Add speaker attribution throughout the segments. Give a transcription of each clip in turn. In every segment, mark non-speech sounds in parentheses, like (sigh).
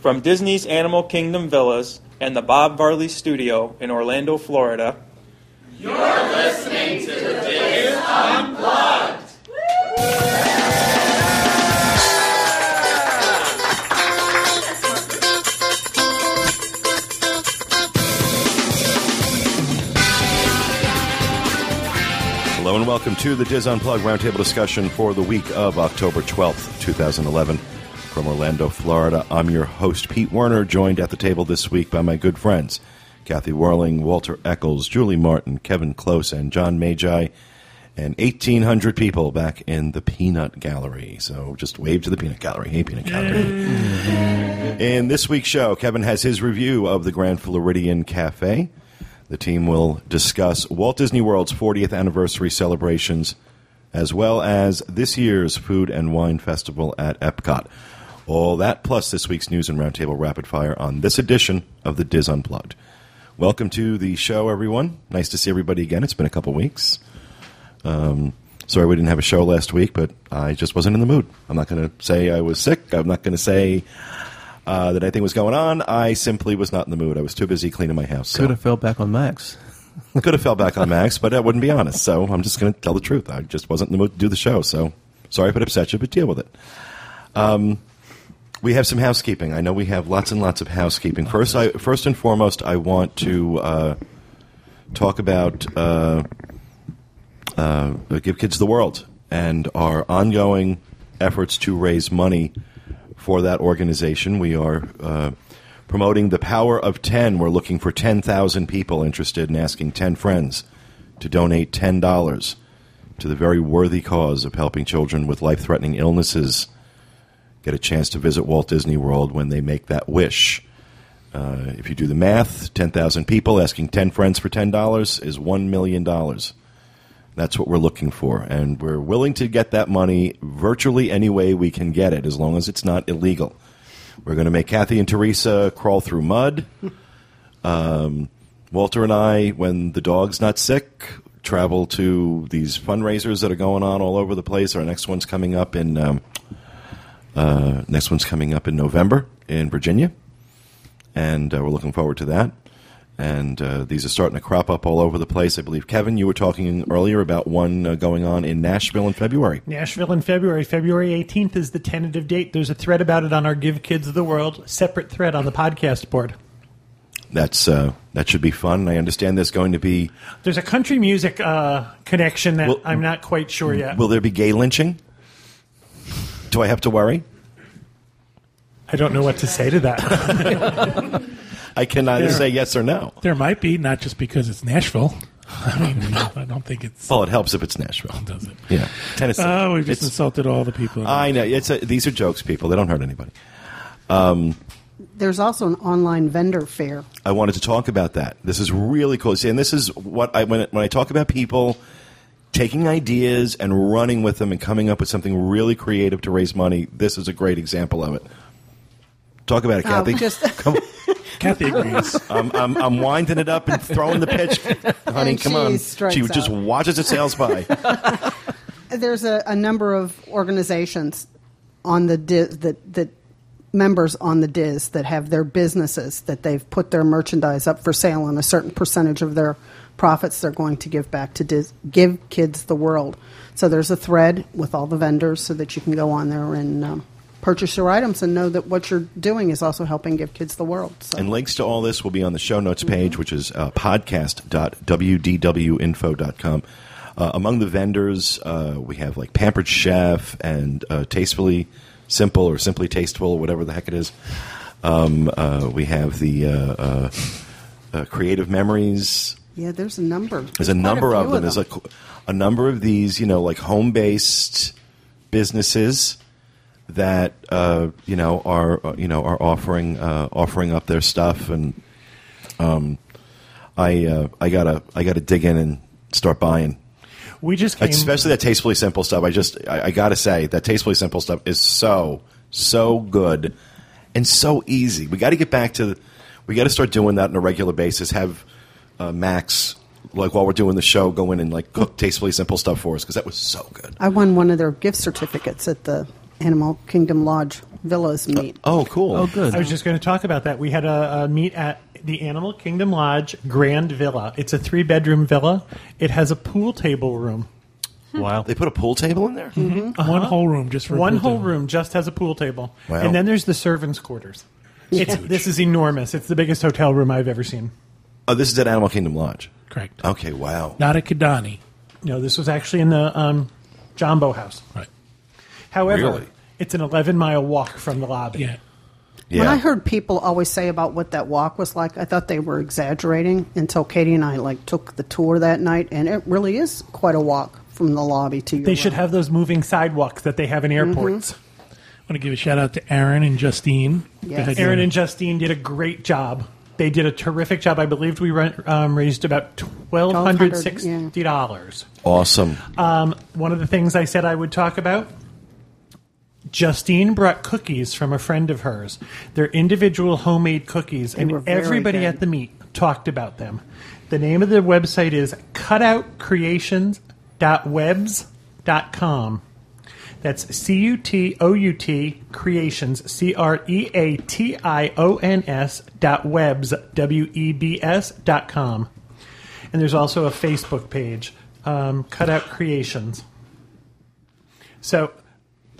Speaker 1: From Disney's Animal Kingdom Villas and the Bob Varley Studio in Orlando, Florida.
Speaker 2: You're listening to the Diz Unplugged.
Speaker 3: Hello and welcome to the Diz Unplugged Roundtable discussion for the week of October 12th, 2011, from Orlando, Florida. I'm your host, Pete Werner, joined at the table this week by my good friends, Kathy Warling, Walter Eccles, Julie Martin, Kevin Close, and John Magi, and 1,800 people back in the Peanut Gallery. So just wave to the Peanut Gallery. Hey, Peanut Gallery. in this week's show, Kevin has his review of the Grand Floridian Cafe. The team will discuss Walt Disney World's 40th anniversary celebrations, as well as this year's Food and Wine Festival at Epcot. All that plus this week's news and roundtable rapid fire on this edition of the Diz Unplugged. Welcome to the show, everyone. Nice to see everybody again. It's been a couple weeks. Um, sorry we didn't have a show last week, but I just wasn't in the mood. I'm not going to say I was sick. I'm not going to say uh, that anything was going on. I simply was not in the mood. I was too busy cleaning my house. so-
Speaker 4: Could have fell back on Max.
Speaker 3: could have fell back on Max, but I wouldn't be honest. So I'm just going to tell the truth. I just wasn't in the mood to do the show. So sorry if it upset you, but deal with it. Um, we have some housekeeping. I know we have lots and lots of housekeeping. First, I, first and foremost, I want to uh, talk about uh, uh, Give Kids the World and our ongoing efforts to raise money for that organization. We are uh, promoting the power of 10. We're looking for 10,000 people interested in asking 10 friends to donate $10 to the very worthy cause of helping children with life threatening illnesses get a chance to visit Walt Disney World when they make that wish. Uh, if you do the math, 10,000 people asking 10 friends for $10 is $1 million. That's what we're looking for. And we're willing to get that money virtually any way we can get it, as long as it's not illegal. We're going to make Kathy and Teresa crawl through mud. (laughs) Um, Walter and I, when the dog's not sick, travel to these fundraisers that are going on all over the place. Our next one's coming up in um, uh, next one's coming up in November in Virginia, and uh, we're looking forward to that and uh, these are starting to crop up all over the place. I believe Kevin, you were talking earlier about one uh, going on in Nashville in February.
Speaker 5: Nashville in February. February 18th is the tentative date. There's a thread about it on our Give Kids the World separate thread on the podcast board.
Speaker 3: That's uh, that should be fun. I understand there's going to be.
Speaker 5: There's a country music uh, connection that
Speaker 3: Well-
Speaker 5: I'm not quite sure yet.
Speaker 3: Will there be gay lynching? Do I have to worry?
Speaker 5: I don't know what to say to that. (laughs)
Speaker 3: I can either
Speaker 6: There-
Speaker 3: say yes or no.
Speaker 6: There might be, not just because it's Nashville. (laughs) I mean, I don't think it's.
Speaker 3: Well, it helps if it's Nashville.
Speaker 6: Does it?
Speaker 3: Yeah, Tennessee.
Speaker 6: Oh, we've just
Speaker 3: It's-
Speaker 6: insulted all the people.
Speaker 3: I know. It's a, these are jokes, people. They don't hurt anybody. Um,
Speaker 7: There's also an online vendor fair.
Speaker 3: I wanted to talk about that. This is really cool. See, and this is what I when when I talk about people taking ideas and running with them and coming up with something really creative to raise money. This is a great example of it. Talk about it,
Speaker 7: Oh,
Speaker 3: Kathy.
Speaker 7: just-
Speaker 3: (laughs) come,
Speaker 6: Kathy agrees.
Speaker 3: I'm, I'm, I'm winding it up and throwing the
Speaker 7: (laughs)
Speaker 3: pitch, honey.
Speaker 7: And
Speaker 3: come
Speaker 7: she
Speaker 3: on.
Speaker 7: strikes
Speaker 3: She just
Speaker 7: out.
Speaker 3: watches it sails
Speaker 7: (laughs)
Speaker 3: by.
Speaker 7: There's a, a number of organizations on the Diz that that members on the Diz that have their businesses that they've put their merchandise up for sale, and a certain percentage of their profits they're going to give back to Diz, Give Kids the World. So there's a thread with all the vendors so that you can go on there and um, purchase your items and know that what you're doing is also helping Give Kids the World. So.
Speaker 3: And links to all this will be on the show notes page, which is uh, podcast.wdwinfo.com. Uh, among the vendors, uh, we have like Pampered Chef and uh, Tastefully Simple or Simply Tasteful, whatever the heck it is. Um, uh, we have the uh, uh, uh, Creative Memories.
Speaker 7: yeah, there's a number.
Speaker 3: There's a
Speaker 7: quite
Speaker 3: number
Speaker 7: few
Speaker 3: of them. There's a, a number of these, you know, like home based businesses that uh, you know are uh, you know are offering uh, offering up their stuff, and um, I uh, I gotta I gotta dig in and start buying,
Speaker 5: we just came.
Speaker 3: especially that tastefully simple stuff. I just I, I gotta say that tastefully simple stuff is so so good and so easy. We got to get back to we got to start doing that on a regular basis. Have uh, Max. Like while we're doing the show, go in and like cook tastefully simple stuff for us because that was so good.
Speaker 7: I won one of their gift certificates at the Animal Kingdom Lodge villas meet.
Speaker 3: Oh, cool.
Speaker 4: Oh, good.
Speaker 5: I was just going to talk about that. We had a, a meet at the Animal Kingdom Lodge Grand Villa. It's a three bedroom villa. It has a pool table room.
Speaker 4: Wow.
Speaker 3: They put a pool table in there?
Speaker 6: One whole room just for
Speaker 5: Uh-huh. One
Speaker 6: pool
Speaker 5: whole
Speaker 6: table.
Speaker 5: room just has a pool table.
Speaker 3: Wow.
Speaker 5: And then there's the servants' quarters. It's, this is enormous. It's the biggest hotel room I've ever seen.
Speaker 3: Oh, this is at Animal Kingdom Lodge.
Speaker 6: Correct.
Speaker 3: Okay, wow.
Speaker 6: Not at Kidani.
Speaker 5: No, this was actually in the um, Jumbo House.
Speaker 6: Right.
Speaker 5: However,
Speaker 3: Really?
Speaker 5: it's an 11 mile walk from the lobby.
Speaker 6: Yeah.
Speaker 3: Yeah.
Speaker 7: When I heard people always say about what that walk was like, I thought they were exaggerating until Katie and I like took the tour that night, and it really is quite a walk from the lobby to your.
Speaker 5: They should
Speaker 7: room.
Speaker 5: have those moving sidewalks that they have in airports.
Speaker 3: Mm-hmm.
Speaker 6: I want to give a shout out to Aaron and Justine.
Speaker 7: Yes.
Speaker 6: Because-
Speaker 5: Aaron and Justine did a great job. They did a terrific job. I believe we run, um, raised about twelve hundred sixty dollars.
Speaker 3: Awesome.
Speaker 5: Um, one of the things I said I would talk about. Justine brought cookies from a friend of hers. They're individual homemade cookies,
Speaker 7: were
Speaker 5: and
Speaker 7: very
Speaker 5: everybody
Speaker 7: good.
Speaker 5: at the meet talked about them. The name of the website is cutoutcreations.webs.com. That's C U T O U T creations, C R E A T I O N S dot webs, W E B S dot com. And there's also a Facebook page, um, Cutout Creations. So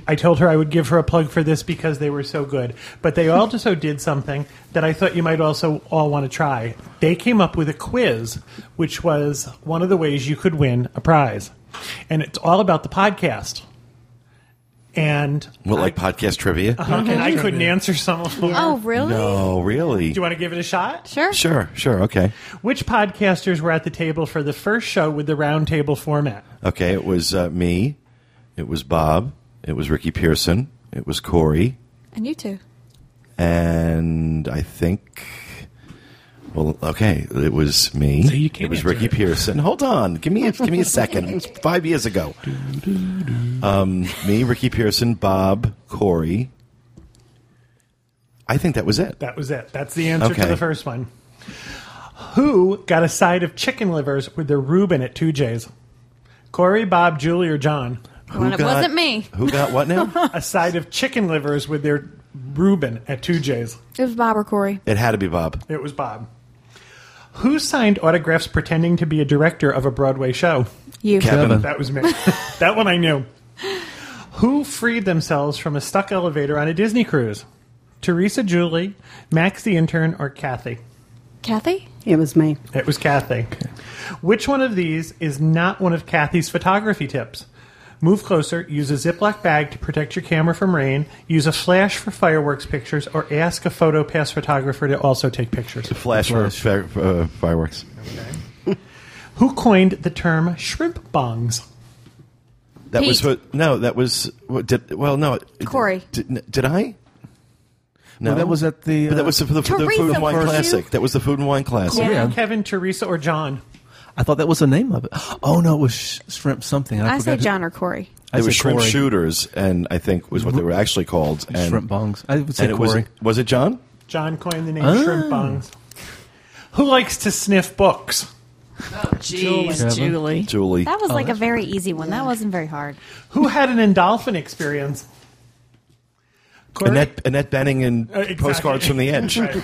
Speaker 5: I told her I would give her a plug for this because they were so good. But they all also (laughs) did something that I thought you might also all want to try. They came up with a quiz, which was one of the ways you could win a prize. And it's all about the podcast. And,
Speaker 3: What, like podcast trivia?
Speaker 5: and I couldn't answer some of them.
Speaker 8: Oh, really?
Speaker 3: Oh, really?
Speaker 5: Do you want to give it a shot?
Speaker 8: Sure.
Speaker 3: Sure, sure. Okay.
Speaker 5: Which podcasters were at the table for the first show with the roundtable format?
Speaker 3: Okay, it was uh, me. It was Bob. It was Ricky Pearson. It was Corey.
Speaker 8: And you too.
Speaker 3: And I think. Well, okay, it was me.
Speaker 6: So you can't
Speaker 3: it was
Speaker 6: answer
Speaker 3: Ricky
Speaker 6: it.
Speaker 3: Pearson. Hold on, give me a, give me a second. It's five years ago.
Speaker 6: (laughs)
Speaker 3: Um, me, Ricky Pearson, Bob, Corey. I think that was it.
Speaker 5: That was it. That's the answer to
Speaker 3: Okay.
Speaker 5: the first one. Who got a side of chicken livers with their Reuben at 2J's? Corey, Bob, Julie, or John?
Speaker 8: Well, it
Speaker 3: got-
Speaker 8: wasn't me.
Speaker 3: Who got what
Speaker 8: (laughs)
Speaker 3: now?
Speaker 5: A side of chicken livers with their Reuben at 2J's.
Speaker 8: It was Bob or Corey.
Speaker 3: it had to be Bob.
Speaker 5: It was Bob. Who signed autographs pretending to be a director of a Broadway show?
Speaker 8: You.
Speaker 3: Kevin.
Speaker 5: That was me. (laughs) that one I knew. Who freed themselves from a stuck elevator on a Disney cruise? Teresa, Julie, Max the intern, or Kathy?
Speaker 8: Kathy?
Speaker 7: It was me.
Speaker 5: It was Kathy. Which one of these is not one of Kathy's photography tips? Move closer, use a Ziploc bag to protect your camera from rain, use a flash for fireworks pictures, or ask a photo pass photographer to also take pictures.
Speaker 3: Flash for fire, uh, fireworks.
Speaker 5: Who coined the term shrimp bongs?
Speaker 3: That was
Speaker 8: Pete.
Speaker 3: what? No, that was what did? Well, no. it-
Speaker 8: Corey.
Speaker 3: Did, did I? No,
Speaker 4: Well, that was at the,
Speaker 3: But that
Speaker 4: uh,
Speaker 3: was for the, the
Speaker 8: Teresa,
Speaker 3: food and wine
Speaker 8: weren't you?
Speaker 3: classic. That was the food and wine classic.
Speaker 8: Yeah.
Speaker 4: Yeah.
Speaker 5: Kevin, Teresa, or John?
Speaker 4: I thought that was the name of it. Oh no, it was sh- shrimp something. I,
Speaker 8: I
Speaker 4: forgot
Speaker 8: say
Speaker 4: who-
Speaker 8: John or Corey.
Speaker 4: I
Speaker 3: They were
Speaker 4: said
Speaker 3: shrimp
Speaker 4: Corey.
Speaker 3: shooters, and I think was what they were actually called. And,
Speaker 4: Shrimp bongs. I would say
Speaker 3: and it was
Speaker 4: Corey.
Speaker 3: was it John?
Speaker 5: John coined the name
Speaker 3: Ah.
Speaker 5: shrimp bongs. Who likes to sniff books?
Speaker 4: Kevin.
Speaker 9: Jeez, Julie.
Speaker 3: Julie.
Speaker 8: That was like a very easy one. That wasn't very hard.
Speaker 5: Who had an endolphin experience? Corey?
Speaker 3: Annette Annette Benning and
Speaker 5: Uh, exactly.
Speaker 3: postcards
Speaker 5: (laughs)
Speaker 3: from the edge.
Speaker 5: Right.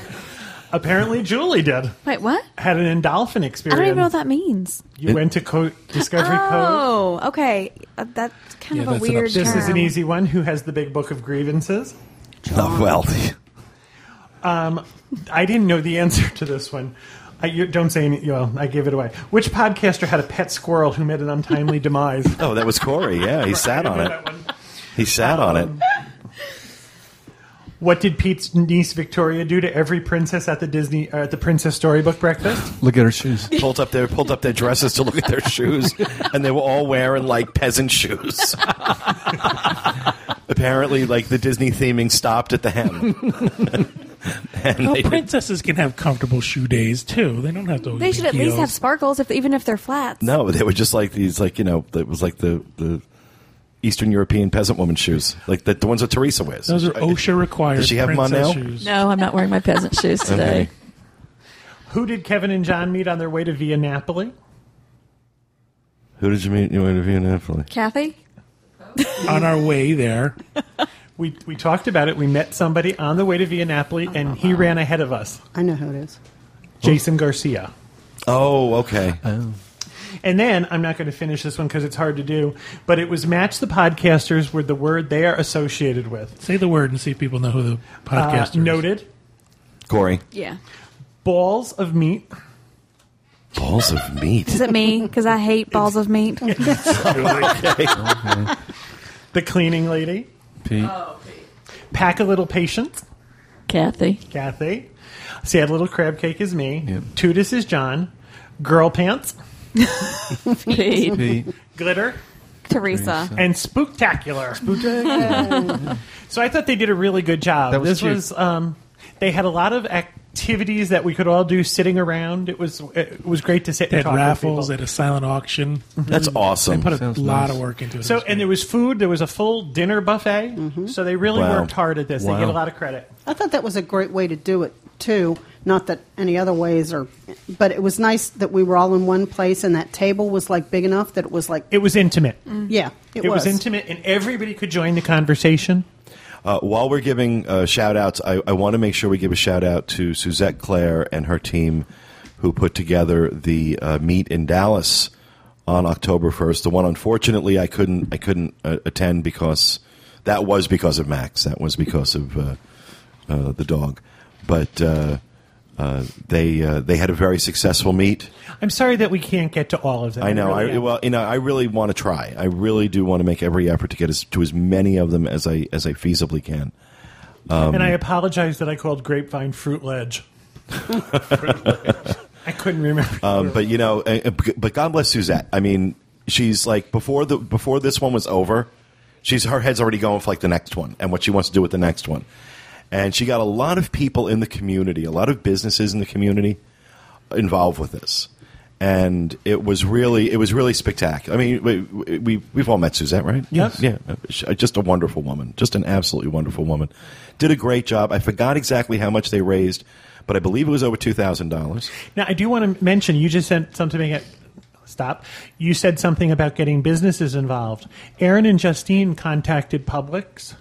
Speaker 5: Apparently, Julie did.
Speaker 8: Wait, what?
Speaker 5: had an endolphin
Speaker 8: I
Speaker 5: experience.
Speaker 8: don't even know what that means.
Speaker 5: You went to co- Discovery Cove.
Speaker 8: Oh, okay. Uh, that's kind
Speaker 6: Yeah,
Speaker 8: of a
Speaker 6: that's an
Speaker 8: weird
Speaker 6: upset.
Speaker 8: term.
Speaker 5: This is an easy one. Who has the big book of grievances?
Speaker 3: Oh, well, (laughs)
Speaker 5: I didn't know the (laughs) answer to this one. I, you, don't say any. Well, I gave it away. Which podcaster had a pet squirrel who met an untimely
Speaker 8: (laughs)
Speaker 5: demise?
Speaker 3: oh, that was Corey. Yeah, he sat on it. He sat on it.
Speaker 5: What did Pete's niece Victoria do to every princess at the Disney uh, at the Princess Storybook Breakfast?
Speaker 4: Look at her shoes.
Speaker 3: Pulled up their pulled up their dresses to look at their shoes, and they were all wearing like peasant shoes. Apparently, like the Disney theming stopped at the hem. and they
Speaker 6: Well,
Speaker 3: did-
Speaker 6: Oh, princesses can have comfortable shoe days too. They don't have to.
Speaker 8: They should at least have sparkles, if even if they're flats.
Speaker 3: No, they were just like these, like you know, it was like the the Eastern European peasant woman shoes, like the, the ones that Teresa wears.
Speaker 6: Those are OSHA required.
Speaker 3: Does she have 'em on
Speaker 6: princess
Speaker 3: now?
Speaker 6: Shoes.
Speaker 9: No, I'm not wearing my peasant shoes today.
Speaker 3: Okay.
Speaker 5: Who did Kevin and John meet on their way to Via Napoli?
Speaker 3: Who did you meet? You interviewed in Napoli?
Speaker 8: Kathy?
Speaker 6: on our way there.
Speaker 5: We, we talked about it. We met somebody on the way to Viennapoli, and
Speaker 8: Uh-huh.
Speaker 5: he ran ahead of us.
Speaker 7: I know who it is.
Speaker 5: Jason Garcia.
Speaker 3: Oh, okay.
Speaker 5: And then I'm not going to finish this one because it's hard to do, but it was match the podcasters with the word they are associated with.
Speaker 6: Say the word and see if people know who the
Speaker 5: Uh,
Speaker 6: podcast is.
Speaker 5: noted
Speaker 3: Corey.
Speaker 8: Yeah.
Speaker 5: balls of meat.
Speaker 3: Balls of meat.
Speaker 8: Is it me? Because I hate balls of meat.
Speaker 5: The cleaning lady.
Speaker 4: Pete.
Speaker 5: Pack a little patient.
Speaker 8: (laughs)
Speaker 9: Kathy.
Speaker 5: Kathy. Sad little crab cake is me.
Speaker 4: Yep.
Speaker 5: Tootus is John. Girl pants.
Speaker 9: Pete.
Speaker 4: Pete.
Speaker 5: Glitter.
Speaker 8: Teresa.
Speaker 5: and spooktacular. (laughs) so I thought they did a really good job.
Speaker 4: That was
Speaker 5: this
Speaker 4: cute.
Speaker 5: was um, they had a lot of activities that we could all do sitting around. It was it was great to sit
Speaker 6: They
Speaker 5: and
Speaker 6: had
Speaker 5: talk with
Speaker 6: raffles
Speaker 5: people.
Speaker 6: at a silent auction.
Speaker 3: That's awesome.
Speaker 6: Put a
Speaker 4: Mm-hmm. Sounds
Speaker 6: lot
Speaker 4: nice.
Speaker 6: of work into it.
Speaker 5: So and there was food. There was a full dinner buffet. So they really
Speaker 3: Mm-hmm. Wow.
Speaker 5: worked hard at this.
Speaker 4: Wow.
Speaker 5: They get a lot of credit.
Speaker 7: I thought that was a great way to do it too. Not that any other ways are, but it was nice that we were all in one place and that table was like big enough that it was like
Speaker 5: It was intimate.
Speaker 7: yeah, it,
Speaker 5: Mm. It, was. intimate, and everybody could join the conversation.
Speaker 3: Uh, while we're giving uh, shout outs, I, I want to make sure we give a shout out to Suzette Claire and her team who put together the uh, meet in Dallas on October 1st. The one, unfortunately, I couldn't, I couldn't uh, attend because that was because of Max. That was because of uh, uh, the dog. But uh, uh, they, uh, they had a very successful meet.
Speaker 5: I'm sorry that we can't get to all of them.
Speaker 3: I know.
Speaker 5: really
Speaker 3: I,
Speaker 5: am.
Speaker 3: well, you know, I really want to try. I really do want to make every effort to get as, to as many of them as I as I feasibly can.
Speaker 5: and I
Speaker 3: um,
Speaker 5: apologize that I called grapevine
Speaker 3: (laughs)
Speaker 5: fruit ledge. I couldn't remember.
Speaker 3: Um, but you know, uh, uh, but God bless Suzette. I mean, she's like before the before this one was over, she's her head's already going for like the next one and what she wants to do with the next one. And she got a lot of people in the community, a lot of businesses in the community involved with this, and it was really it was really spectacular. I mean, we, we- we we've all met Suzette, right?
Speaker 5: Yes.
Speaker 3: Yeah, She- just a wonderful woman, just an absolutely wonderful woman. Did a great job. I forgot exactly how much they raised, but I believe it was over two thousand dollars.
Speaker 5: Now, I do want to mention you just sent something at stop. You said something about getting businesses involved. Aaron and Justine contacted Publix,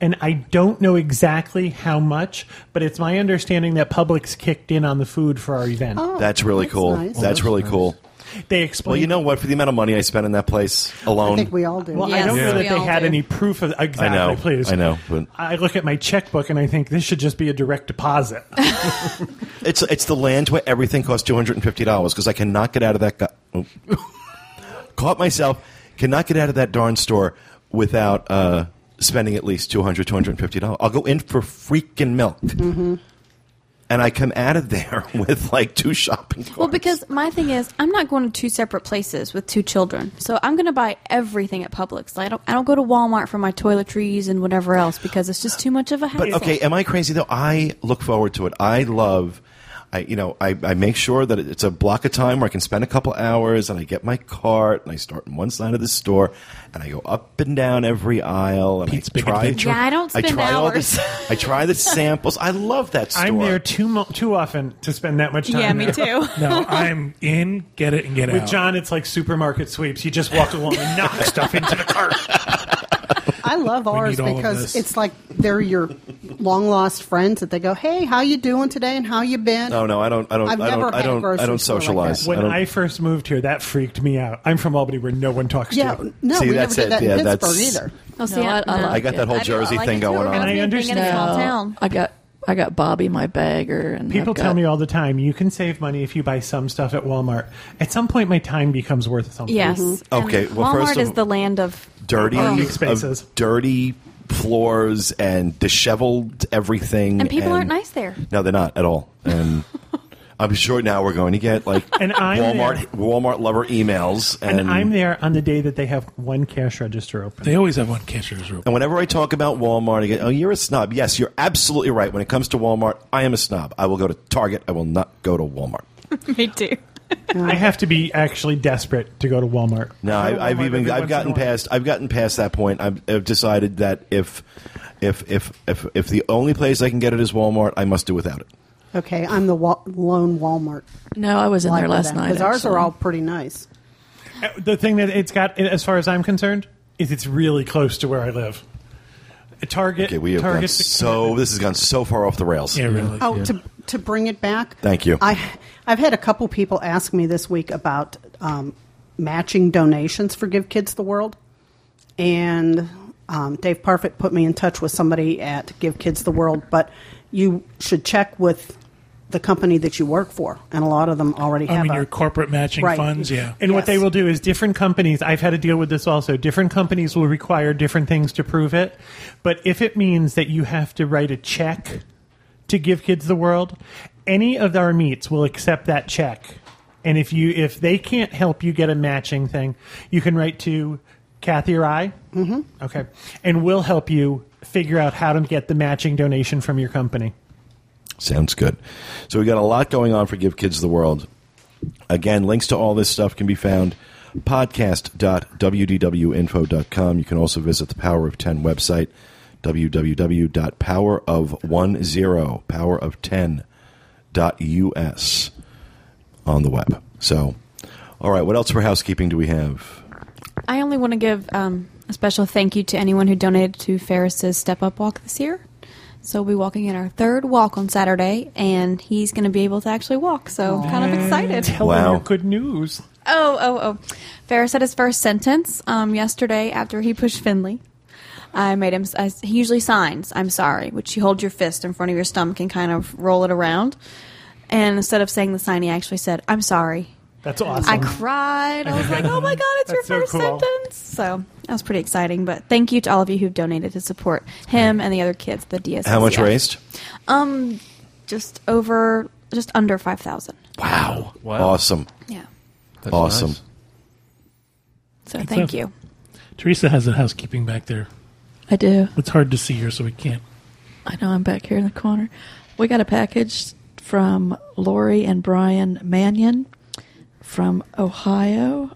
Speaker 5: and I don't know exactly how much, but it's my understanding that Publix kicked in on the food for our event.
Speaker 3: That's really
Speaker 7: Oh, that's
Speaker 3: cool.
Speaker 7: nice.
Speaker 3: That's, really cool.
Speaker 5: They
Speaker 3: Well,
Speaker 5: explained.
Speaker 3: you know what? For the amount of money I spent in that place alone,
Speaker 7: I think we all do.
Speaker 5: Well, I
Speaker 9: Yes,
Speaker 5: don't know
Speaker 9: we
Speaker 5: that they
Speaker 9: all
Speaker 5: had
Speaker 9: do.
Speaker 5: any proof of exactly.
Speaker 3: I know,
Speaker 5: please,
Speaker 3: I know, but-
Speaker 5: I look at my checkbook and I think this should just be a direct deposit.
Speaker 3: it's it's the land where everything costs two hundred and fifty dollars because I cannot get out of that. Gu- oh. (laughs) Caught myself. Cannot get out of that darn store without uh, spending at least $200, $250. I'll go in for freaking milk.
Speaker 7: Mm-hmm.
Speaker 3: And I come out of there (laughs) with like two shopping carts.
Speaker 8: Well, because my thing is, I'm not going to two separate places with two children, so I'm going to buy everything at Publix. I don't, I don't go to Walmart for my toiletries and whatever else because it's just too much of a hassle.
Speaker 3: But okay, am I crazy though? I look forward to it. I love. I, you know, I, I make sure that it's a block of time where I can spend a couple hours and I get my cart and I start on one side of the store and I go up and down every aisle and
Speaker 6: Pete's
Speaker 3: I
Speaker 6: Big
Speaker 3: try,
Speaker 6: Adventure.
Speaker 8: Yeah, I don't spend
Speaker 3: try all
Speaker 8: hours.
Speaker 3: the, I try
Speaker 8: (laughs)
Speaker 3: the samples. I love that store.
Speaker 5: I'm there too mo- too often to spend that much time.
Speaker 8: yeah, me
Speaker 5: there. (laughs)
Speaker 8: too.
Speaker 6: no, I'm in. Get it and get
Speaker 5: With
Speaker 6: out.
Speaker 5: John, it's like supermarket sweeps. You just walk along and knock stuff into the cart.
Speaker 6: (laughs)
Speaker 7: I love ours
Speaker 6: need all of
Speaker 7: because
Speaker 6: this.
Speaker 7: it's like they're your long lost friends that they go, "Hey, how you doing today? And how you been?"
Speaker 3: No, no, I don't. I don't.
Speaker 7: I've
Speaker 3: I don't.
Speaker 7: never
Speaker 3: I
Speaker 7: had
Speaker 3: don't.
Speaker 7: grocery
Speaker 3: I don't
Speaker 7: store like
Speaker 3: socialize.
Speaker 7: that.
Speaker 5: When
Speaker 3: I don't,
Speaker 5: I, first moved here, that freaked me out. I'm from Albany, where no one talks
Speaker 7: yeah,
Speaker 5: to you.
Speaker 7: no,
Speaker 3: See,
Speaker 7: we never
Speaker 3: that's
Speaker 7: did
Speaker 3: it.
Speaker 7: that in
Speaker 3: Yeah,
Speaker 7: Pittsburgh
Speaker 3: that's-
Speaker 7: either.
Speaker 8: Oh, see,
Speaker 9: No, I-
Speaker 8: I,
Speaker 9: I like
Speaker 3: I got that whole Jersey
Speaker 8: like
Speaker 3: thing
Speaker 8: it too. It
Speaker 3: going on.
Speaker 8: reminds
Speaker 5: And I
Speaker 8: me of being in a small
Speaker 5: understand.
Speaker 8: town.
Speaker 9: I got I got Bobby my bagger and
Speaker 5: People
Speaker 9: I've
Speaker 5: tell
Speaker 9: got-
Speaker 5: me all the time you can save money if you buy some stuff at Walmart. At some point, my time becomes worth something.
Speaker 8: Yes. And
Speaker 3: Mm-hmm. Okay, well,
Speaker 8: Walmart
Speaker 3: first of-
Speaker 8: is the land of
Speaker 3: dirty
Speaker 8: Oh.
Speaker 5: Big spaces.
Speaker 3: of dirty floors and disheveled everything.
Speaker 8: And people aren't nice there.
Speaker 3: No, they're not at all.
Speaker 8: (laughs)
Speaker 3: And I'm sure now we're going to get like
Speaker 5: And I'm
Speaker 3: Walmart Walmart lover emails. And,
Speaker 5: And, I'm there on the day that they have one cash register open.
Speaker 6: They always have one catcher's room.
Speaker 3: and whenever I talk about Walmart, I get, oh, you're a snob. Yes, you're absolutely right. When it comes to Walmart, I am a snob. I will go to Target. I will not go to Walmart.
Speaker 8: (laughs) me too.
Speaker 5: I have to be actually desperate to go to Walmart.
Speaker 3: No,
Speaker 5: I go to
Speaker 3: I, I've
Speaker 5: Walmart
Speaker 3: even
Speaker 5: every
Speaker 3: I've
Speaker 5: once
Speaker 3: gotten
Speaker 5: in a while.
Speaker 3: past I've gotten past that point. I've, I've decided that if if if if if the only place I can get it is Walmart, I must do without it.
Speaker 7: Okay, I'm the wa- lone Walmart.
Speaker 9: No, I was in there last night.
Speaker 7: because ours are
Speaker 9: actually.
Speaker 7: all pretty nice.
Speaker 5: The thing that it's got, as far as I'm concerned, is it's really close to where I live. Target.
Speaker 3: Okay, we have gone
Speaker 5: Target's
Speaker 3: so. This has gone so far off the rails.
Speaker 5: Yeah, really.
Speaker 7: Oh, to to bring it back.
Speaker 3: Thank you.
Speaker 7: I I've had a couple people ask me this week about um, matching donations for Give Kids the World, and um, Dave Parfit put me in touch with somebody at Give Kids the World. But you should check with the company that you work for, and a lot of them already have.
Speaker 6: I mean,
Speaker 7: a-
Speaker 6: your corporate matching
Speaker 7: Right.
Speaker 6: funds. Yeah.
Speaker 5: And what
Speaker 7: Yes.
Speaker 5: they will do is different companies, I've had to deal with this also, different companies will require different things to prove it. But if it means that you have to write a check to give kids the world, any of our meets will accept that check. And if you if they can't help you get a matching thing, you can write to Kathy or I. Mm-hmm. Okay. And we'll help you figure out how to get the matching donation from your company.
Speaker 3: Sounds good. So we got a lot going on for Give Kids the World. Again, links to all this stuff can be found podcast.wdwinfo.com. You can also visit the Power of 10 website, www.powerof10, powerof10.us on the web. So, all right, what else for housekeeping do we have?
Speaker 8: I only want to give um, a special thank you to anyone who donated to Ferris's Step Up Walk this year. So we'll be walking in our third walk on Saturday, and he's going to be able to actually walk. So I'm kind of excited.
Speaker 5: Tell them
Speaker 3: Wow.
Speaker 5: your good news.
Speaker 8: Oh, oh, oh. Ferris had his first sentence um, yesterday after he pushed Finley. I made him, I, he usually signs, I'm sorry, which you hold your fist in front of your stomach and kind of roll it around. And instead of saying the sign, he actually said, I'm sorry.
Speaker 5: That's awesome.
Speaker 8: I cried. I was like, oh my God, it's
Speaker 5: (laughs)
Speaker 8: your
Speaker 5: That's so
Speaker 8: first
Speaker 5: cool.
Speaker 8: sentence. So that was pretty exciting. But thank you to all of you who donated to support him and the other kids, the DSS.
Speaker 3: How much raised?
Speaker 8: Um, just over, just under 5,000.
Speaker 3: Wow.
Speaker 4: Wow.
Speaker 3: Awesome.
Speaker 8: Yeah.
Speaker 4: That's
Speaker 3: awesome.
Speaker 4: nice.
Speaker 8: So thank
Speaker 6: awesome.
Speaker 8: you.
Speaker 6: Teresa has the housekeeping back there.
Speaker 9: I do.
Speaker 6: It's hard to see her, so we can't.
Speaker 9: I know I'm back here in the corner. We got a package from Lori and Brian Mannion from Ohio,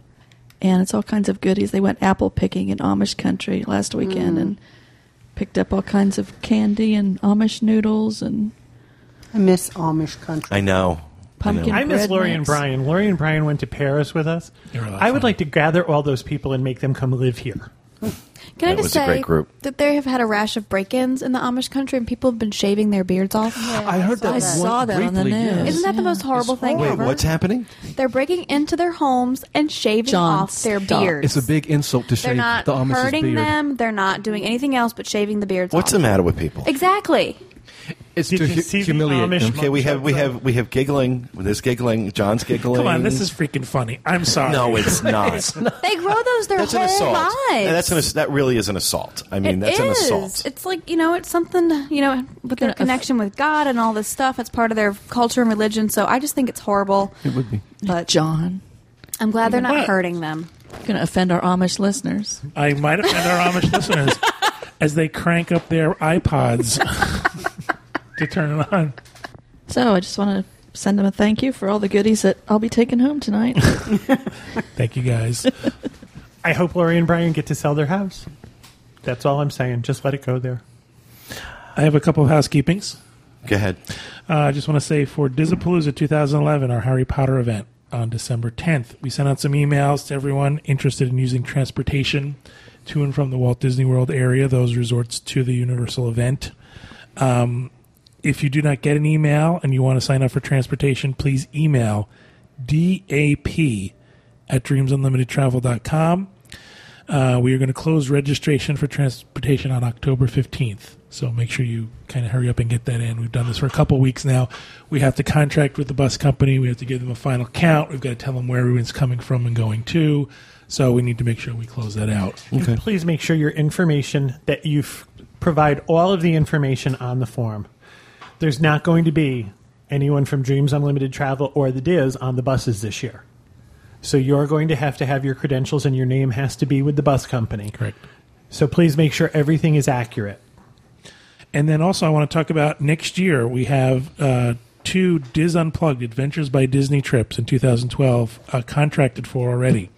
Speaker 9: and it's all kinds of goodies. They went apple picking in Amish country last
Speaker 8: Mm.
Speaker 9: weekend and picked up all kinds of candy and Amish noodles and
Speaker 7: I miss Amish country.
Speaker 3: I know.
Speaker 9: pumpkin.
Speaker 5: I miss
Speaker 9: bread
Speaker 5: Lori
Speaker 9: mix.
Speaker 5: and Brian. Lori and Brian went to Paris with us.
Speaker 6: They were a lot of
Speaker 5: I would
Speaker 6: fun.
Speaker 5: like to gather all those people and make them come live here.
Speaker 8: Can I
Speaker 3: That
Speaker 8: just
Speaker 3: was a
Speaker 8: say
Speaker 3: great group.
Speaker 8: that they have had a rash of break-ins in the Amish country, and people have been shaving their beards off?
Speaker 4: I heard that.
Speaker 9: I saw that on the
Speaker 4: briefly,
Speaker 9: news.
Speaker 4: yes.
Speaker 8: Isn't that the most horrible thing
Speaker 3: Wait,
Speaker 8: ever?
Speaker 3: what's happening?
Speaker 8: They're breaking into their homes and shaving
Speaker 9: John,
Speaker 8: off their
Speaker 9: stop.
Speaker 8: beards.
Speaker 4: It's a big insult to
Speaker 8: They're
Speaker 4: shave
Speaker 8: not
Speaker 4: the Amish's
Speaker 8: hurting
Speaker 4: beard.
Speaker 8: them. They're not doing anything else but shaving the beards.
Speaker 3: What's
Speaker 8: off.
Speaker 3: the matter with people?
Speaker 8: Exactly.
Speaker 4: It's
Speaker 5: Did
Speaker 4: to
Speaker 5: you
Speaker 4: hu-
Speaker 5: see the
Speaker 4: humiliate
Speaker 5: Amish
Speaker 4: them.
Speaker 5: mo-
Speaker 3: Okay, we have we have we have giggling. There's giggling. John's giggling.
Speaker 6: Come on, this is freaking funny. I'm
Speaker 3: (laughs)
Speaker 6: sorry.
Speaker 3: no, it's not.
Speaker 8: They grow those their
Speaker 3: Uh, That's
Speaker 8: whole
Speaker 3: an assault.
Speaker 8: lives.
Speaker 3: And That's an ass- that really is an assault. I mean,
Speaker 8: It
Speaker 3: that's an
Speaker 8: is.
Speaker 3: assault.
Speaker 8: It's like you know, it's something you know with their connection with God and all this stuff. It's part of their culture and religion. So I just think it's horrible. It
Speaker 3: Mm.
Speaker 8: would be, but
Speaker 9: John,
Speaker 8: I'm glad they're not
Speaker 6: What?
Speaker 8: hurting them.
Speaker 9: you're going to offend our Amish listeners.
Speaker 6: I might offend our Amish listeners as they crank up their iPods (laughs) to turn it on.
Speaker 9: So I just want to send them a thank you for all the goodies that I'll be taking home tonight.
Speaker 6: Thank you guys.
Speaker 5: I hope Lori and Brian get to sell their house. That's all I'm saying. Just let it go there.
Speaker 6: I have a couple of housekeepings.
Speaker 3: Go ahead.
Speaker 6: Uh, I just want to say for Dizapalooza 2011, our Harry Potter event on December 10th, we sent out some emails to everyone interested in using transportation to and from the Walt Disney World area, those resorts to the Universal event. Um, if you do not get an email and you want to sign up for transportation, please email DAP at dreamsunlimitedtravel.com. Uh, we are going to close registration for transportation on October 15th. So make sure you kind of hurry up and get that in. We've done this for a couple weeks now. We have to contract with the bus company. We have to give them a final count. We've got to tell them where everyone's coming from and going to. So we need to make sure we close that out.
Speaker 5: And please make sure your information that you f- provide all of the information on the form. There's not going to be anyone from Dreams Unlimited Travel or the Diz on the buses this year. So you're going to have to have your credentials and your name has to be with the bus company.
Speaker 6: Correct.
Speaker 5: So please make sure everything is accurate.
Speaker 6: And then also, I want to talk about next year. We have uh, two Diz Unplugged Adventures by Disney trips in 2012 uh, contracted for already.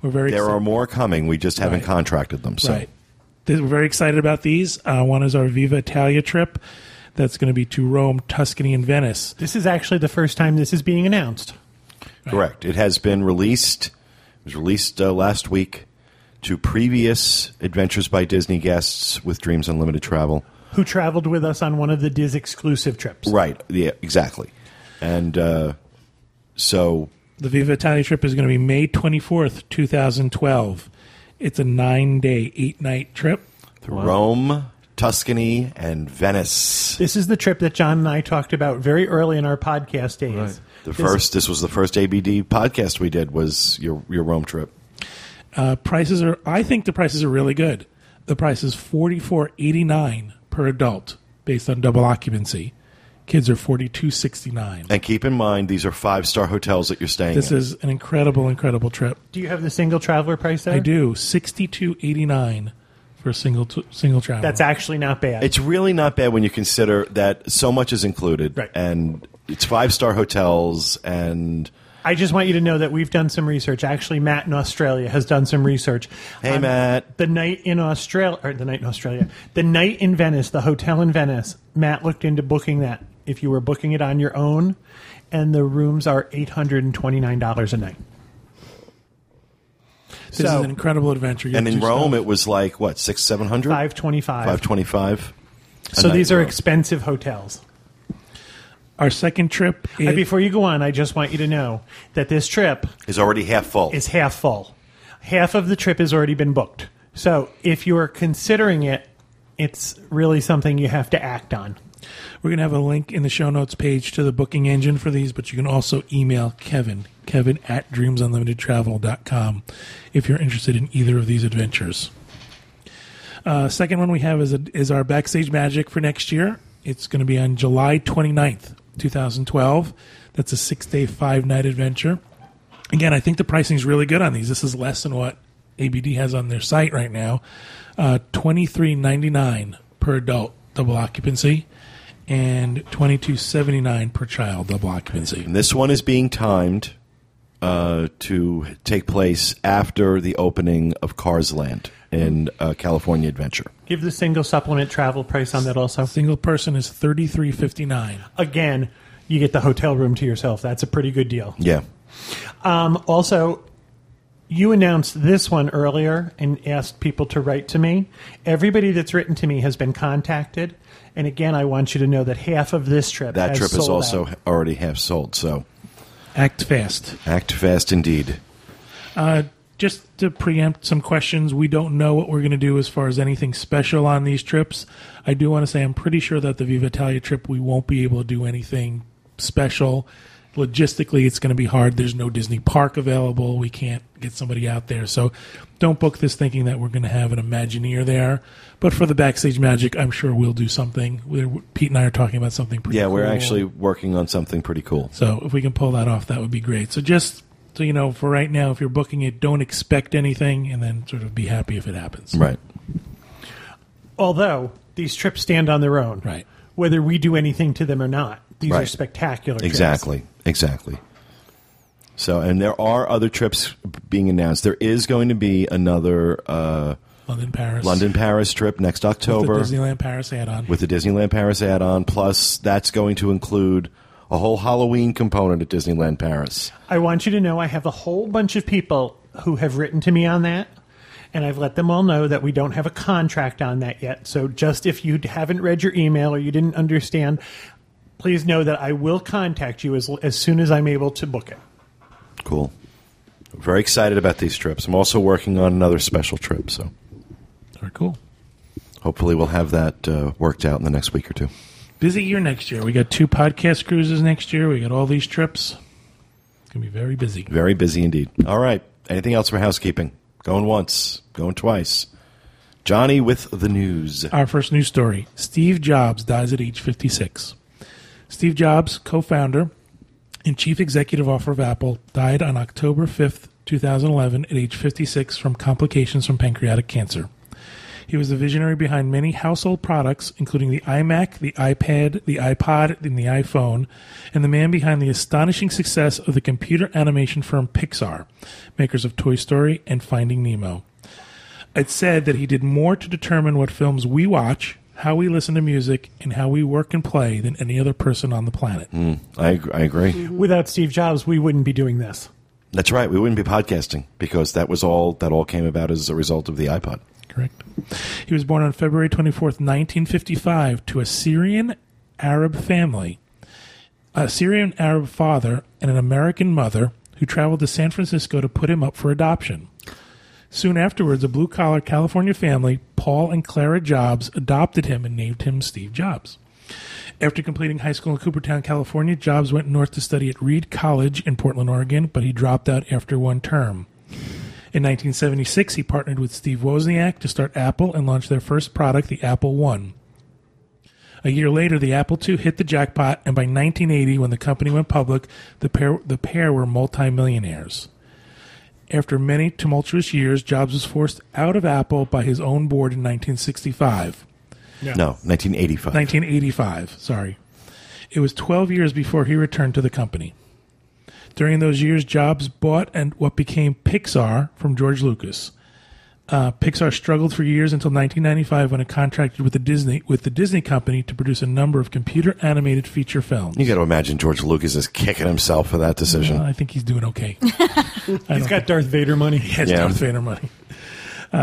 Speaker 6: We're very
Speaker 3: There
Speaker 6: excited-
Speaker 3: are more coming. We just haven't
Speaker 6: Right.
Speaker 3: contracted them. So
Speaker 6: Right. Th- We're very excited about these. Uh, one is our Viva Italia trip. That's going to be to Rome, Tuscany, and Venice.
Speaker 5: This is actually the first time this is being announced.
Speaker 3: correct. It has been released. It was released uh, last week. to previous Adventures by Disney guests with Dreams Unlimited Travel.
Speaker 5: Who traveled with us on one of the Diz exclusive trips?
Speaker 3: Right. Yeah. Exactly. And uh, so
Speaker 6: The Viva Italia trip is going to be May 24th, 2012. It's a nine day, eight night trip.
Speaker 3: Rome, Tuscany, and Venice.
Speaker 5: This is the trip that John and I talked about very early in our podcast days.
Speaker 3: The
Speaker 5: This-
Speaker 3: first. This was the first ABD podcast we did. Was your your Rome trip?
Speaker 6: Uh, prices are, I think the prices are really good. The price is forty four eighty nine per adult based on double occupancy. Kids are forty two sixty nine.
Speaker 3: And keep in mind, these are five star hotels that you're staying.
Speaker 6: This
Speaker 3: in.
Speaker 6: is an incredible, incredible trip.
Speaker 5: Do you have the single traveler price there?
Speaker 6: I do sixty two eighty nine for a single t- single travel.
Speaker 5: That's actually not bad.
Speaker 3: It's really not bad when you consider that so much is included,
Speaker 5: Right.
Speaker 3: and it's five star hotels, and
Speaker 5: I just want you to know that we've done some research. Actually, Matt in Australia has done some research.
Speaker 3: Hey,
Speaker 5: Um,
Speaker 3: Matt.
Speaker 5: The night in Australia, or the night in Australia, the night in Venice, the hotel in Venice, Matt looked into booking that if you were booking it on your own, and the rooms are $829 a night.
Speaker 6: this
Speaker 5: so-
Speaker 6: is an incredible adventure. You
Speaker 3: and
Speaker 6: have
Speaker 3: in
Speaker 6: two
Speaker 3: Rome
Speaker 6: stops.
Speaker 3: it was like what six seven hundred
Speaker 5: 525
Speaker 3: five twenty five.
Speaker 5: So these are expensive hotels.
Speaker 6: our second trip.
Speaker 5: And
Speaker 6: is-
Speaker 5: before you go on, I just want you to know that this trip
Speaker 3: is already half full.
Speaker 5: is half full. Half of the trip has already been booked. So if you are considering it, it's really something you have to act on.
Speaker 6: We're going to have a link in the show notes page to the booking engine for these, but you can also email Kevin, Kevin at dreamsunlimitedtravel.com if you're interested in either of these adventures. Uh, second one we have is, a, is our Backstage Magic for next year. It's going to be on July 29th, 2012. That's a six day, five night adventure. Again, I think the pricing is really good on these. This is less than what ABD has on their site right now. Uh, Twenty three ninety nine per adult double occupancy, and twenty two seventy nine per child double occupancy.
Speaker 3: And this one is being timed uh, to take place after the opening of Cars Land in uh, California Adventure.
Speaker 5: Give the single supplement travel price on that also.
Speaker 6: Single person is thirty three fifty nine.
Speaker 5: Again, you get the hotel room to yourself. That's a pretty good deal.
Speaker 3: Yeah.
Speaker 5: Um, also, you announced this one earlier and asked people to write to me. Everybody that's written to me has been contacted. And again, I want you to know that half of this trip
Speaker 3: That
Speaker 5: has
Speaker 3: trip is
Speaker 5: sold
Speaker 3: also
Speaker 5: out.
Speaker 3: already half sold, so
Speaker 6: Act fast.
Speaker 3: act fast indeed.
Speaker 6: Uh, just to preempt some questions, we don't know what we're going to do as far as anything special on these trips. I do want to say I'm pretty sure that the Viva Italia trip, we won't be able to do anything special. Logistically, it's going to be hard. There's no Disney park available. We can't get somebody out there. So don't book this thinking that we're going to have an Imagineer there. But for the Backstage Magic, I'm sure we'll do something. We're, Pete and I are talking about something pretty
Speaker 3: Yeah, we're
Speaker 6: cool.
Speaker 3: actually working on something pretty cool.
Speaker 6: So if we can pull that off, that would be great. So just so you know, for right now, if you're booking it, don't expect anything, and then sort of be happy if it happens.
Speaker 3: Right.
Speaker 5: Although these trips stand on their own,
Speaker 6: Right.
Speaker 5: Whether we do anything to them or not, these are
Speaker 3: Right.
Speaker 5: spectacular. trips.
Speaker 3: Exactly. Exactly. So, and there are other trips being announced. There is going to be another uh,
Speaker 6: London, Paris,
Speaker 3: London Paris trip next
Speaker 6: the
Speaker 3: October.
Speaker 6: Disneyland Paris add-on.
Speaker 3: with the Disneyland Paris add-on. Plus, that's going to include a whole Halloween component at Disneyland Paris.
Speaker 5: I want you to know I have a whole bunch of people who have written to me on that, and I've let them all know that we don't have a contract on that yet. So just if you haven't read your email or you didn't understand, please know that I will contact you as as soon as I'm able to book it.
Speaker 3: Cool. I'm very excited about these trips. I'm also working on another special trip, so
Speaker 6: Very cool.
Speaker 3: hopefully we'll have that uh, worked out in the next week or two.
Speaker 6: Busy year next year. We got two podcast cruises next year. We got all these trips. It's gonna be very busy.
Speaker 3: Very busy indeed. All right. Anything else for housekeeping? Going once, going twice. Johnny with the news.
Speaker 6: Our first news story Steve Jobs dies at age 56. Steve Jobs, co founder and chief executive officer of Apple, died on October 5th, 2011, at age 56 from complications from pancreatic cancer. He was the visionary behind many household products, including the iMac, the iPad, the iPod, and the iPhone, and the man behind the astonishing success of the computer animation firm Pixar, makers of Toy Story and Finding Nemo. It said that he did more to determine what films we watch, how we listen to music, and how we work and play than any other person on the planet.
Speaker 3: I, ag- I agree.
Speaker 5: Mm-hmm. Without Steve Jobs, we wouldn't be doing this.
Speaker 3: That's right. We wouldn't be podcasting because that was all that all came about as a result of the iPod.
Speaker 6: Correct. He was born on February 24th, 1955, to a Syrian Arab family, a Syrian Arab father, and an American mother who traveled to San Francisco to put him up for adoption. Soon afterwards, a blue collar California family, Paul and Clara Jobs, adopted him and named him Steve Jobs. After completing high school in Coopertown, California, Jobs went north to study at Reed College in Portland, Oregon, but he dropped out after one term. In 1976, he partnered with Steve Wozniak to start Apple and launch their first product, the Apple One. A year later, the Apple II hit the jackpot, and by 1980, when the company went public, the pair, the pair were multimillionaires. After many tumultuous years, Jobs was forced out of Apple by his own board in 1965.
Speaker 3: No, 1985.
Speaker 6: 1985, sorry. It was 12 years before he returned to the company. During those years, Jobs bought and what became Pixar from George Lucas. Uh, Pixar struggled for years until 1995 when it contracted with the Disney with the Disney company to produce a number of computer animated feature films.
Speaker 3: You got to imagine George Lucas is kicking himself for that decision.
Speaker 6: Uh, I think he's doing okay.
Speaker 5: He's got Darth Vader money.
Speaker 6: Yes,
Speaker 3: Yeah.
Speaker 6: Darth Vader money. Um,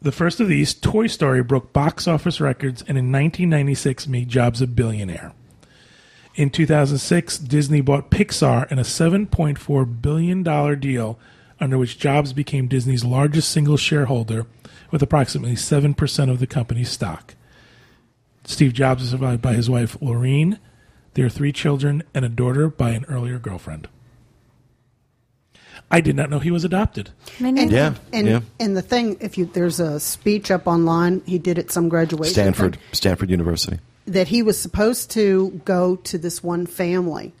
Speaker 6: the first of these, Toy Story, broke box office records and in 1996 made Jobs a billionaire. In 2006, Disney bought Pixar in a $7.4 billion deal under which Jobs became Disney's largest single shareholder with approximately 7% of the company's stock. Steve Jobs is survived by his wife, Lorene, their three children, and a daughter by an earlier girlfriend. I did not know he was adopted.
Speaker 8: My name-
Speaker 7: And,
Speaker 3: Yeah,
Speaker 7: and,
Speaker 3: yeah.
Speaker 7: and the thing, if you there's a speech up online, he did at some graduation
Speaker 3: Stanford,
Speaker 7: thing,
Speaker 3: Stanford University.
Speaker 7: that he was supposed to go to this one family,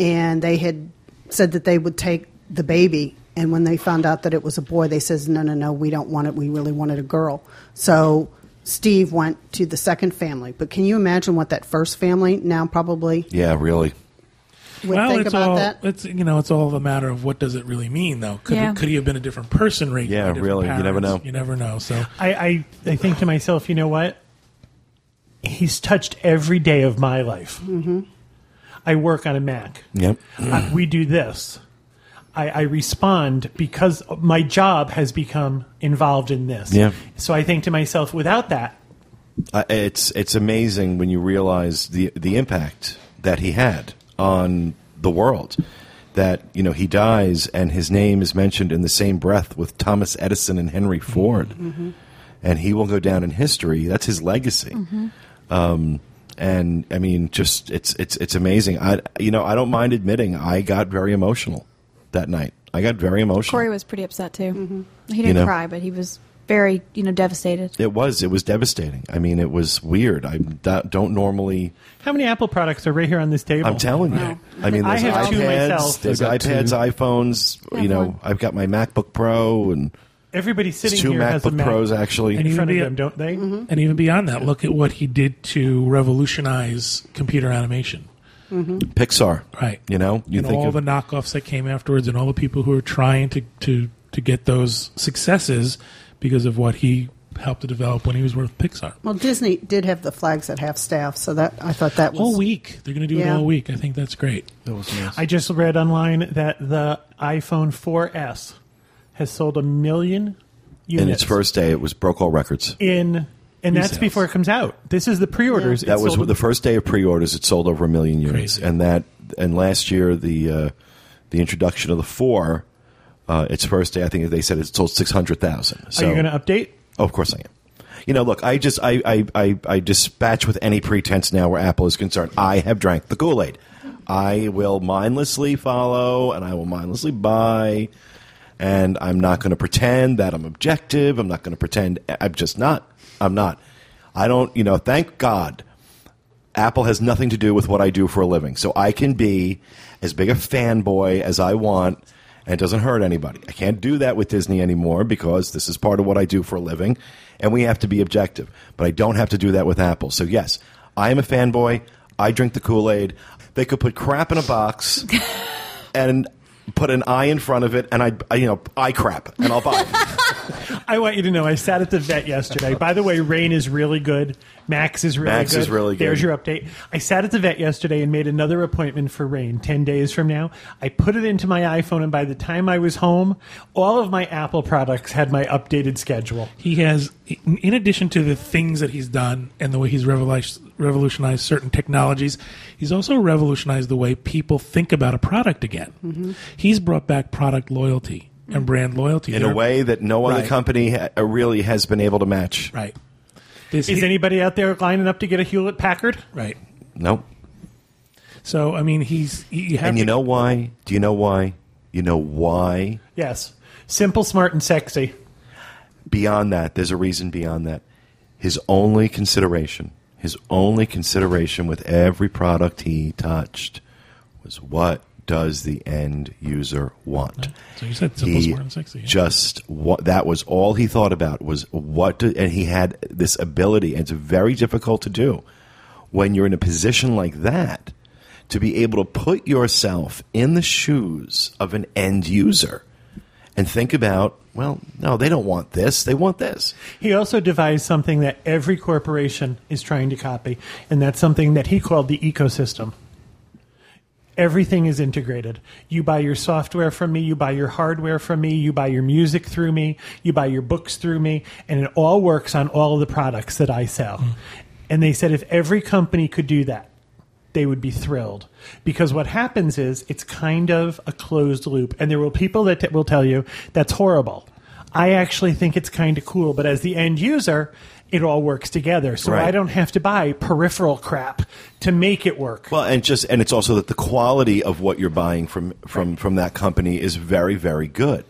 Speaker 7: and they had said that they would take the baby. And when they found out that it was a boy, they says, "No, no, no, we don't want it. We really wanted a girl." So Steve went to the second family. But can you imagine what that first family now probably
Speaker 3: Yeah, really.
Speaker 7: would think
Speaker 6: it's
Speaker 7: about
Speaker 6: all
Speaker 7: that?
Speaker 6: it's you know it's all a matter of what does it really mean though. Could
Speaker 8: Yeah.
Speaker 6: could he have been a different person? Right?
Speaker 3: Yeah, really. You never know.
Speaker 6: You never know. So
Speaker 5: I, I, I think to myself, you know what? He's touched every day of my life. Mm-hmm. I work on a Mac.
Speaker 3: Yep.
Speaker 5: I, we do this. I, I respond because my job has become involved in this.
Speaker 3: Yeah.
Speaker 5: So I think to myself, without that,
Speaker 3: Uh, it's it's amazing when you realize the the impact that he had on the world. That you know he dies and his name is mentioned in the same breath with Thomas Edison and Henry Ford, and he will go down in history. That's his legacy. Um, and I mean, just it's it's it's amazing. I you know I don't mind admitting I got very emotional that night. I got very emotional.
Speaker 8: Corey was pretty upset too. He didn't
Speaker 3: You know?
Speaker 8: cry, but he was very, you know, devastated.
Speaker 3: it was it was devastating. I mean, it was weird. I do- don't normally.
Speaker 5: how many Apple products are right here on this table?
Speaker 3: I'm telling you. I mean,
Speaker 5: Oh, I
Speaker 3: there's
Speaker 5: have two
Speaker 3: iPads,
Speaker 5: myself. Uh-huh.
Speaker 3: there's
Speaker 4: I've got
Speaker 3: iPads, iPhones. You
Speaker 8: have
Speaker 3: know,
Speaker 8: one.
Speaker 3: I've got my MacBook Pro and
Speaker 5: Everybody
Speaker 3: it's
Speaker 5: sitting
Speaker 3: two
Speaker 5: here has a
Speaker 3: MacBook
Speaker 5: Mac
Speaker 3: Pros actually.
Speaker 5: in
Speaker 6: And
Speaker 5: front of
Speaker 6: even-
Speaker 5: them, don't they?
Speaker 6: and even beyond that, look at what he did to revolutionize computer animation.
Speaker 3: Pixar,
Speaker 6: Right.
Speaker 3: You know, you
Speaker 6: and
Speaker 3: think
Speaker 6: all
Speaker 3: of
Speaker 6: the knockoffs that came afterwards, and all the people who were trying to to to get those successes because of what he helped to develop when he was with Pixar.
Speaker 7: Well, Disney did have the flags at half staff, so that I thought that was
Speaker 6: All week, they're going to do
Speaker 7: Yeah.
Speaker 6: it all week. I think that's great.
Speaker 4: That was nice.
Speaker 5: I just read online that the iPhone 4S has sold a million units
Speaker 3: in its first day, it was broke all records.
Speaker 5: in, and that's
Speaker 6: Resales.
Speaker 5: before it comes out. This is the pre-orders.
Speaker 3: That
Speaker 5: It
Speaker 3: was
Speaker 5: sold
Speaker 3: the first day of pre-orders. It sold over a million units,
Speaker 6: Crazy.
Speaker 3: and that and last year the uh, the introduction of the four, uh, its first day, I think they said it sold six hundred thousand.
Speaker 5: Are
Speaker 3: So
Speaker 5: you going to update?
Speaker 3: Oh, of course I am. You know, look, I just I, I, I, I dispatch with any pretense now where Apple is concerned. I have drank the Kool Aid. I will mindlessly follow and I will mindlessly buy. And I'm not going to pretend that I'm objective. I'm not going to pretend. I'm just not. I'm not. I don't, you know, thank God Apple has nothing to do with what I do for a living. So I can be as big a fanboy as I want and it doesn't hurt anybody. I can't do that with Disney anymore because this is part of what I do for a living and we have to be objective. But I don't have to do that with Apple. So yes, I am a fanboy. I drink the Kool-Aid. They could put crap in a
Speaker 6: (laughs)
Speaker 3: box
Speaker 6: (laughs)
Speaker 3: and put an I in front of it and I, I you know, I crap and I'll buy it.
Speaker 5: I want you to know I sat at the vet yesterday. By the way, Rain is really good. Max is really
Speaker 3: Max
Speaker 5: good.
Speaker 3: is really good.
Speaker 5: There's your update. I sat at the vet yesterday and made another appointment for Rain 10 days from now. I put it into my iPhone, and by the time I was home, all of my Apple products had my updated schedule.
Speaker 6: He has, in in addition to the things that he's done and the way he's revolutionized, revolutionized certain technologies, he's also revolutionized the way people think about a product again. He's brought back product loyalty and brand loyalty
Speaker 3: in a
Speaker 6: They're-
Speaker 3: way that no other
Speaker 6: Right.
Speaker 3: company ha- really has been able to match.
Speaker 6: Right. This-
Speaker 5: Is anybody out there lining up to get a Hewlett Packard?
Speaker 6: right?
Speaker 3: Nope.
Speaker 6: So I mean, he's you you have
Speaker 3: And you
Speaker 6: to-
Speaker 3: know why? Do you know why? You know why?
Speaker 5: Yes. Simple, smart, and sexy.
Speaker 3: Beyond that, there's a reason beyond that. His only consideration, his only consideration with every product he touched was what does the end user want?
Speaker 6: So you said simple,
Speaker 3: he
Speaker 6: smart, and sexy. yeah.
Speaker 3: Just what that was all he thought about was what, do, and he had this ability, and it's very difficult to do when you're in a position like that to be able to put yourself in the shoes of an end user and think about, well, no, they don't want this, they want this.
Speaker 5: He also devised something that every corporation is trying to copy, and that's something that he called the ecosystem. Everything is integrated. You buy your software from me, you buy your hardware from me, you buy your music through me, you buy your books through me, and it all works on all of the products that I sell. And they said if every company could do that, they would be thrilled because what happens is it's kind of a closed loop and there will people that t- will tell you that's horrible i actually think it's kind of cool but as the end user it all works together so
Speaker 3: Right.
Speaker 5: i don't have to buy peripheral crap to make it work
Speaker 3: Well, and just and it's also that the quality of what you're buying from from from that company is very very good.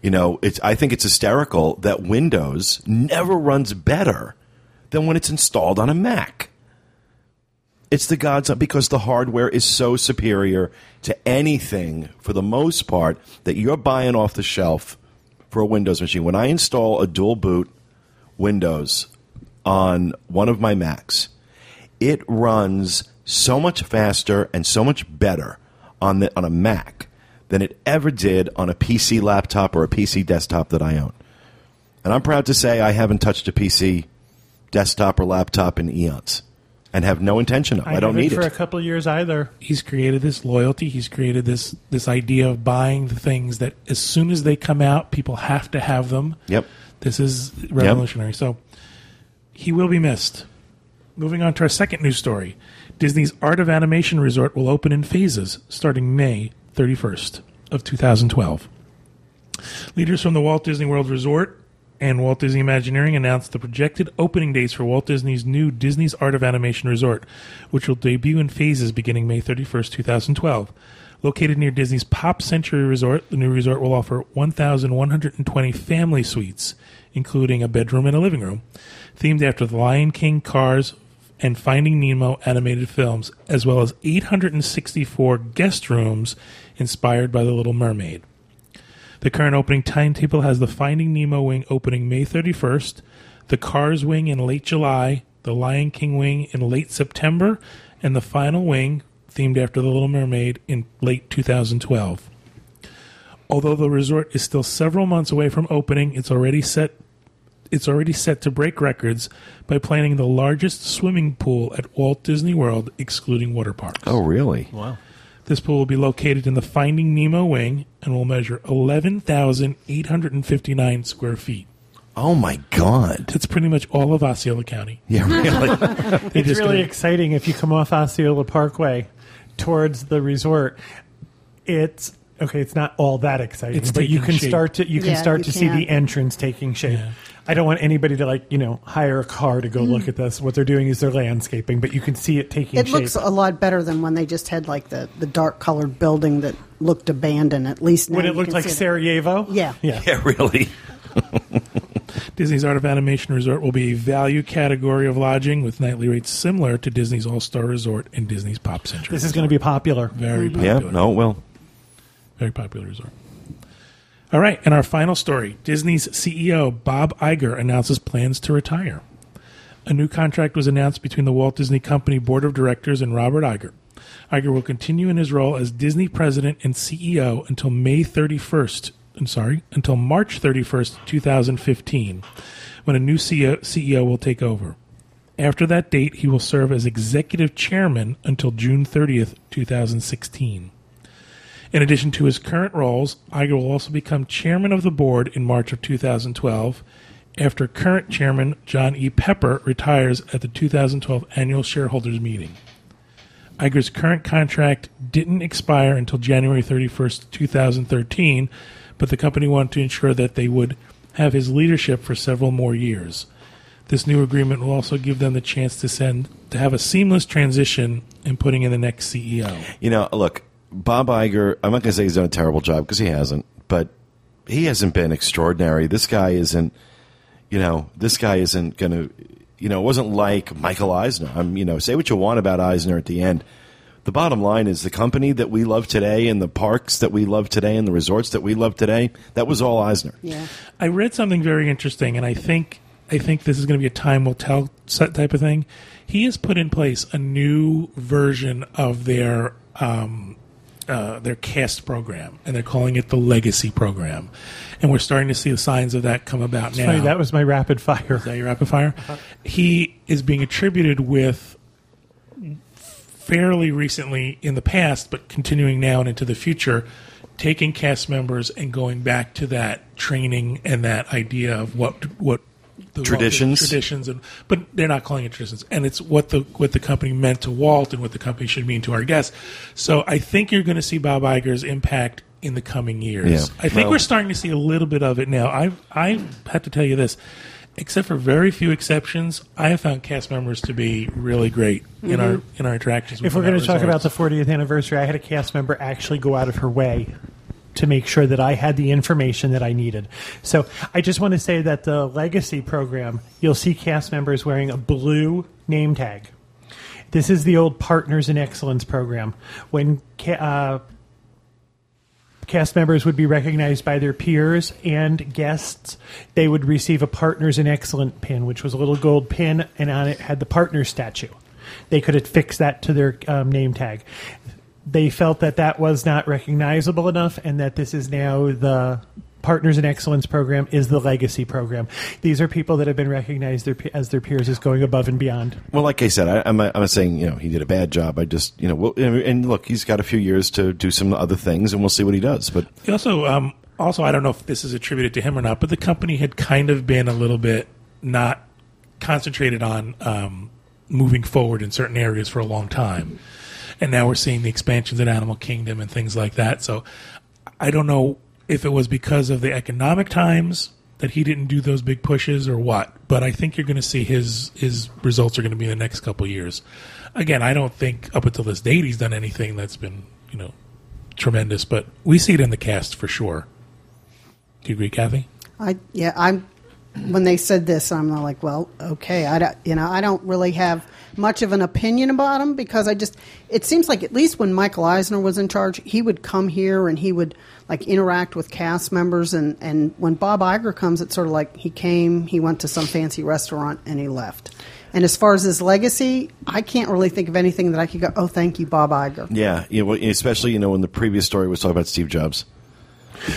Speaker 3: You know, it's I think it's hysterical that Windows never runs better than when it's installed on a Mac. It's the gods because the hardware is so superior to anything for the most part that you're buying off the shelf for a Windows machine. When I install a dual boot Windows on one of my Macs, it runs so much faster and so much better on the on a Mac than it ever did on a PC laptop or a PC desktop that I own. And I'm proud to say I haven't touched a PC desktop or laptop in eons and have no intention of. I, don't
Speaker 5: haven't
Speaker 3: need
Speaker 5: for a
Speaker 3: it.
Speaker 5: couple years either
Speaker 6: he's created this loyalty. He's created this this idea of buying the things that as soon as they come out, people have to have them.
Speaker 3: Yep.
Speaker 6: This is revolutionary. So he will be missed. Moving on to our second news story. Disney's Art of Animation Resort will open in phases starting May 31st of 2012. Leaders from the Walt Disney World Resort and Walt Disney Imagineering announced the projected opening dates for Walt Disney's new Disney's Art of Animation Resort, which will debut in phases beginning May 31st, 2012. Located near Disney's Pop Century Resort, the new resort will offer 1,120 family suites, including a bedroom and a living room, themed after the Lion King, Cars, and Finding Nemo animated films, as well as 864 guest rooms inspired by The Little Mermaid. The current opening timetable has the Finding Nemo wing opening May 31st, the Cars wing in late July, the Lion King wing in late September, and the final wing, themed after The Little Mermaid, in late 2012. Although the resort is still several months away from opening, it's already set it's already set to break records by planning the largest swimming pool at Walt Disney World excluding water parks.
Speaker 3: Oh, really?
Speaker 6: This pool will be located in the Finding Nemo wing and will measure 11,859 square feet.
Speaker 3: Oh my god. (laughs)
Speaker 6: That's pretty much all of Osceola County.
Speaker 3: Yeah, really.
Speaker 6: They
Speaker 5: it's
Speaker 6: just
Speaker 5: really
Speaker 6: gonna-
Speaker 5: exciting if you come off Osceola Parkway towards the resort. It's okay. It's not all that exciting,
Speaker 6: It's
Speaker 5: but you
Speaker 6: taking
Speaker 5: can
Speaker 6: shape.
Speaker 5: start to you can
Speaker 7: Yeah,
Speaker 5: start
Speaker 7: you
Speaker 5: to see
Speaker 7: can.
Speaker 5: the entrance taking shape.
Speaker 6: Yeah.
Speaker 5: I don't want anybody to like you know hire a car to go look at this. What they're doing is they're landscaping, but you can see it taking
Speaker 7: Mm. It
Speaker 5: shape.
Speaker 7: looks a lot better than when they just had like the, the dark colored building that looked abandoned. At least now
Speaker 5: when
Speaker 7: you
Speaker 5: it looked
Speaker 7: can
Speaker 5: like
Speaker 7: see the-
Speaker 5: Sarajevo,
Speaker 7: Yeah.
Speaker 5: yeah,
Speaker 3: (laughs) yeah, really.
Speaker 6: Disney's Art of Animation Resort will be a value category of lodging with nightly rates similar to Disney's All Star Resort and Disney's Pop Century.
Speaker 5: This is going to be popular.
Speaker 6: very
Speaker 3: Yeah,
Speaker 6: popular.
Speaker 3: no, well.
Speaker 6: Very popular resort. All right, and our final story Disney's CEO Bob Iger announces plans to retire. A new contract was announced between the Walt Disney Company Board of Directors and Robert Iger. E Iger will continue in his role as Disney President and CEO until May 31st, I'm sorry, until March 31st, 2015, when a new E CEO, CEO will take over. After that date, he will serve as executive chairman until June 30th, 2016. In addition to his current roles, Iger will also become chairman of the board in March of 2012 after current chairman John E. Pepper retires at the 2012 annual shareholders meeting. Iger's current contract didn't expire until January 31st, 2013, but the company wanted to ensure that they would have his leadership for several more years. This new agreement will also give them the chance to send to have a seamless transition in putting in the next E CEO.
Speaker 3: You know, look, Bob Iger, I'm not going to say he's done a terrible job because he hasn't, but he hasn't been extraordinary. This guy isn't, you know, this guy isn't going to, you know, it wasn't like Michael Eisner. I'm, you know, say what you want about Eisner at the end. The bottom line is the company that we love today and the parks that we love today and the resorts that we love today, that was all Eisner.
Speaker 7: Yeah.
Speaker 6: I read something very interesting, and I think I think this is going to be a time will tell set type of thing. He has put in place a new version of their um, uh, their cast program, and they're calling it the legacy program, and we're starting to see the signs of that come about now.
Speaker 5: Sorry, that was my rapid fire.
Speaker 6: Is that your rapid fire? He is being attributed with fairly recently in the past, but continuing now and into the future, taking cast members and going back to that training and that idea of what what the
Speaker 3: Traditions.
Speaker 6: traditions, and but they're not calling it traditions, and it's what the what the company meant to Walt and what the company should mean to our guests. So I think you're going to see Bob Iger's impact in the coming years.
Speaker 3: Yeah.
Speaker 6: I think
Speaker 3: Well-
Speaker 6: we're starting to see a little bit of it now. I've I have to tell you this, except for very few exceptions, I have found cast members to be really great in our in our interactions. With
Speaker 5: Mm-hmm. If we're
Speaker 6: them
Speaker 5: going
Speaker 6: at
Speaker 5: to talk about
Speaker 6: resorts.
Speaker 5: the 40th anniversary, I had a cast member actually go out of her way to make sure that I had the information that I needed. So I just want to say that the legacy program, you'll see cast members wearing a blue name tag. This is the old Partners in Excellence program. When ca- uh, cast members would be recognized by their peers and guests. They would receive a Partners in Excellent pin, which was a little gold pin, and on it had the partner statue. They could affix that to their um, name tag. They felt that that was not recognizable enough, and that this is now the Partners in Excellence program is the legacy program. These are people that have been recognized their, pe- as their peers as going above and beyond.
Speaker 3: Well, like I said, I, I'm, not- I'm not saying you know he did a bad job. I just you know well, and- and look, he's got a few years to do some other things, and we'll see what he does. But
Speaker 6: He also, um, also, I don't know if this is attributed to him or not, but the company had kind of been a little bit not concentrated on um, moving forward in certain areas for a long time, and now we're seeing the expansions in Animal Kingdom and things like that. So, I don't know if it was because of the economic times that he didn't do those big pushes or what, but I think you're going to see his his results are going to be in the next couple of years. Again, I don't think up until this date he's done anything that's been you know tremendous, but we see it in the cast for sure. Do you agree, Kathy?
Speaker 7: I yeah I'm when they said this I'm like well okay I don't, you know I don't really have much of an opinion about him because I just it seems like at least when Michael Eisner was in charge he would come here and he would like interact with cast members and and when Bob Iger comes it's sort of like he came he went to some fancy restaurant and he left. And as far as his legacy, I can't really think of anything that I could go, oh, thank you, Bob Iger.
Speaker 3: yeah, you know, especially you know when the previous story was talking about Steve Jobs,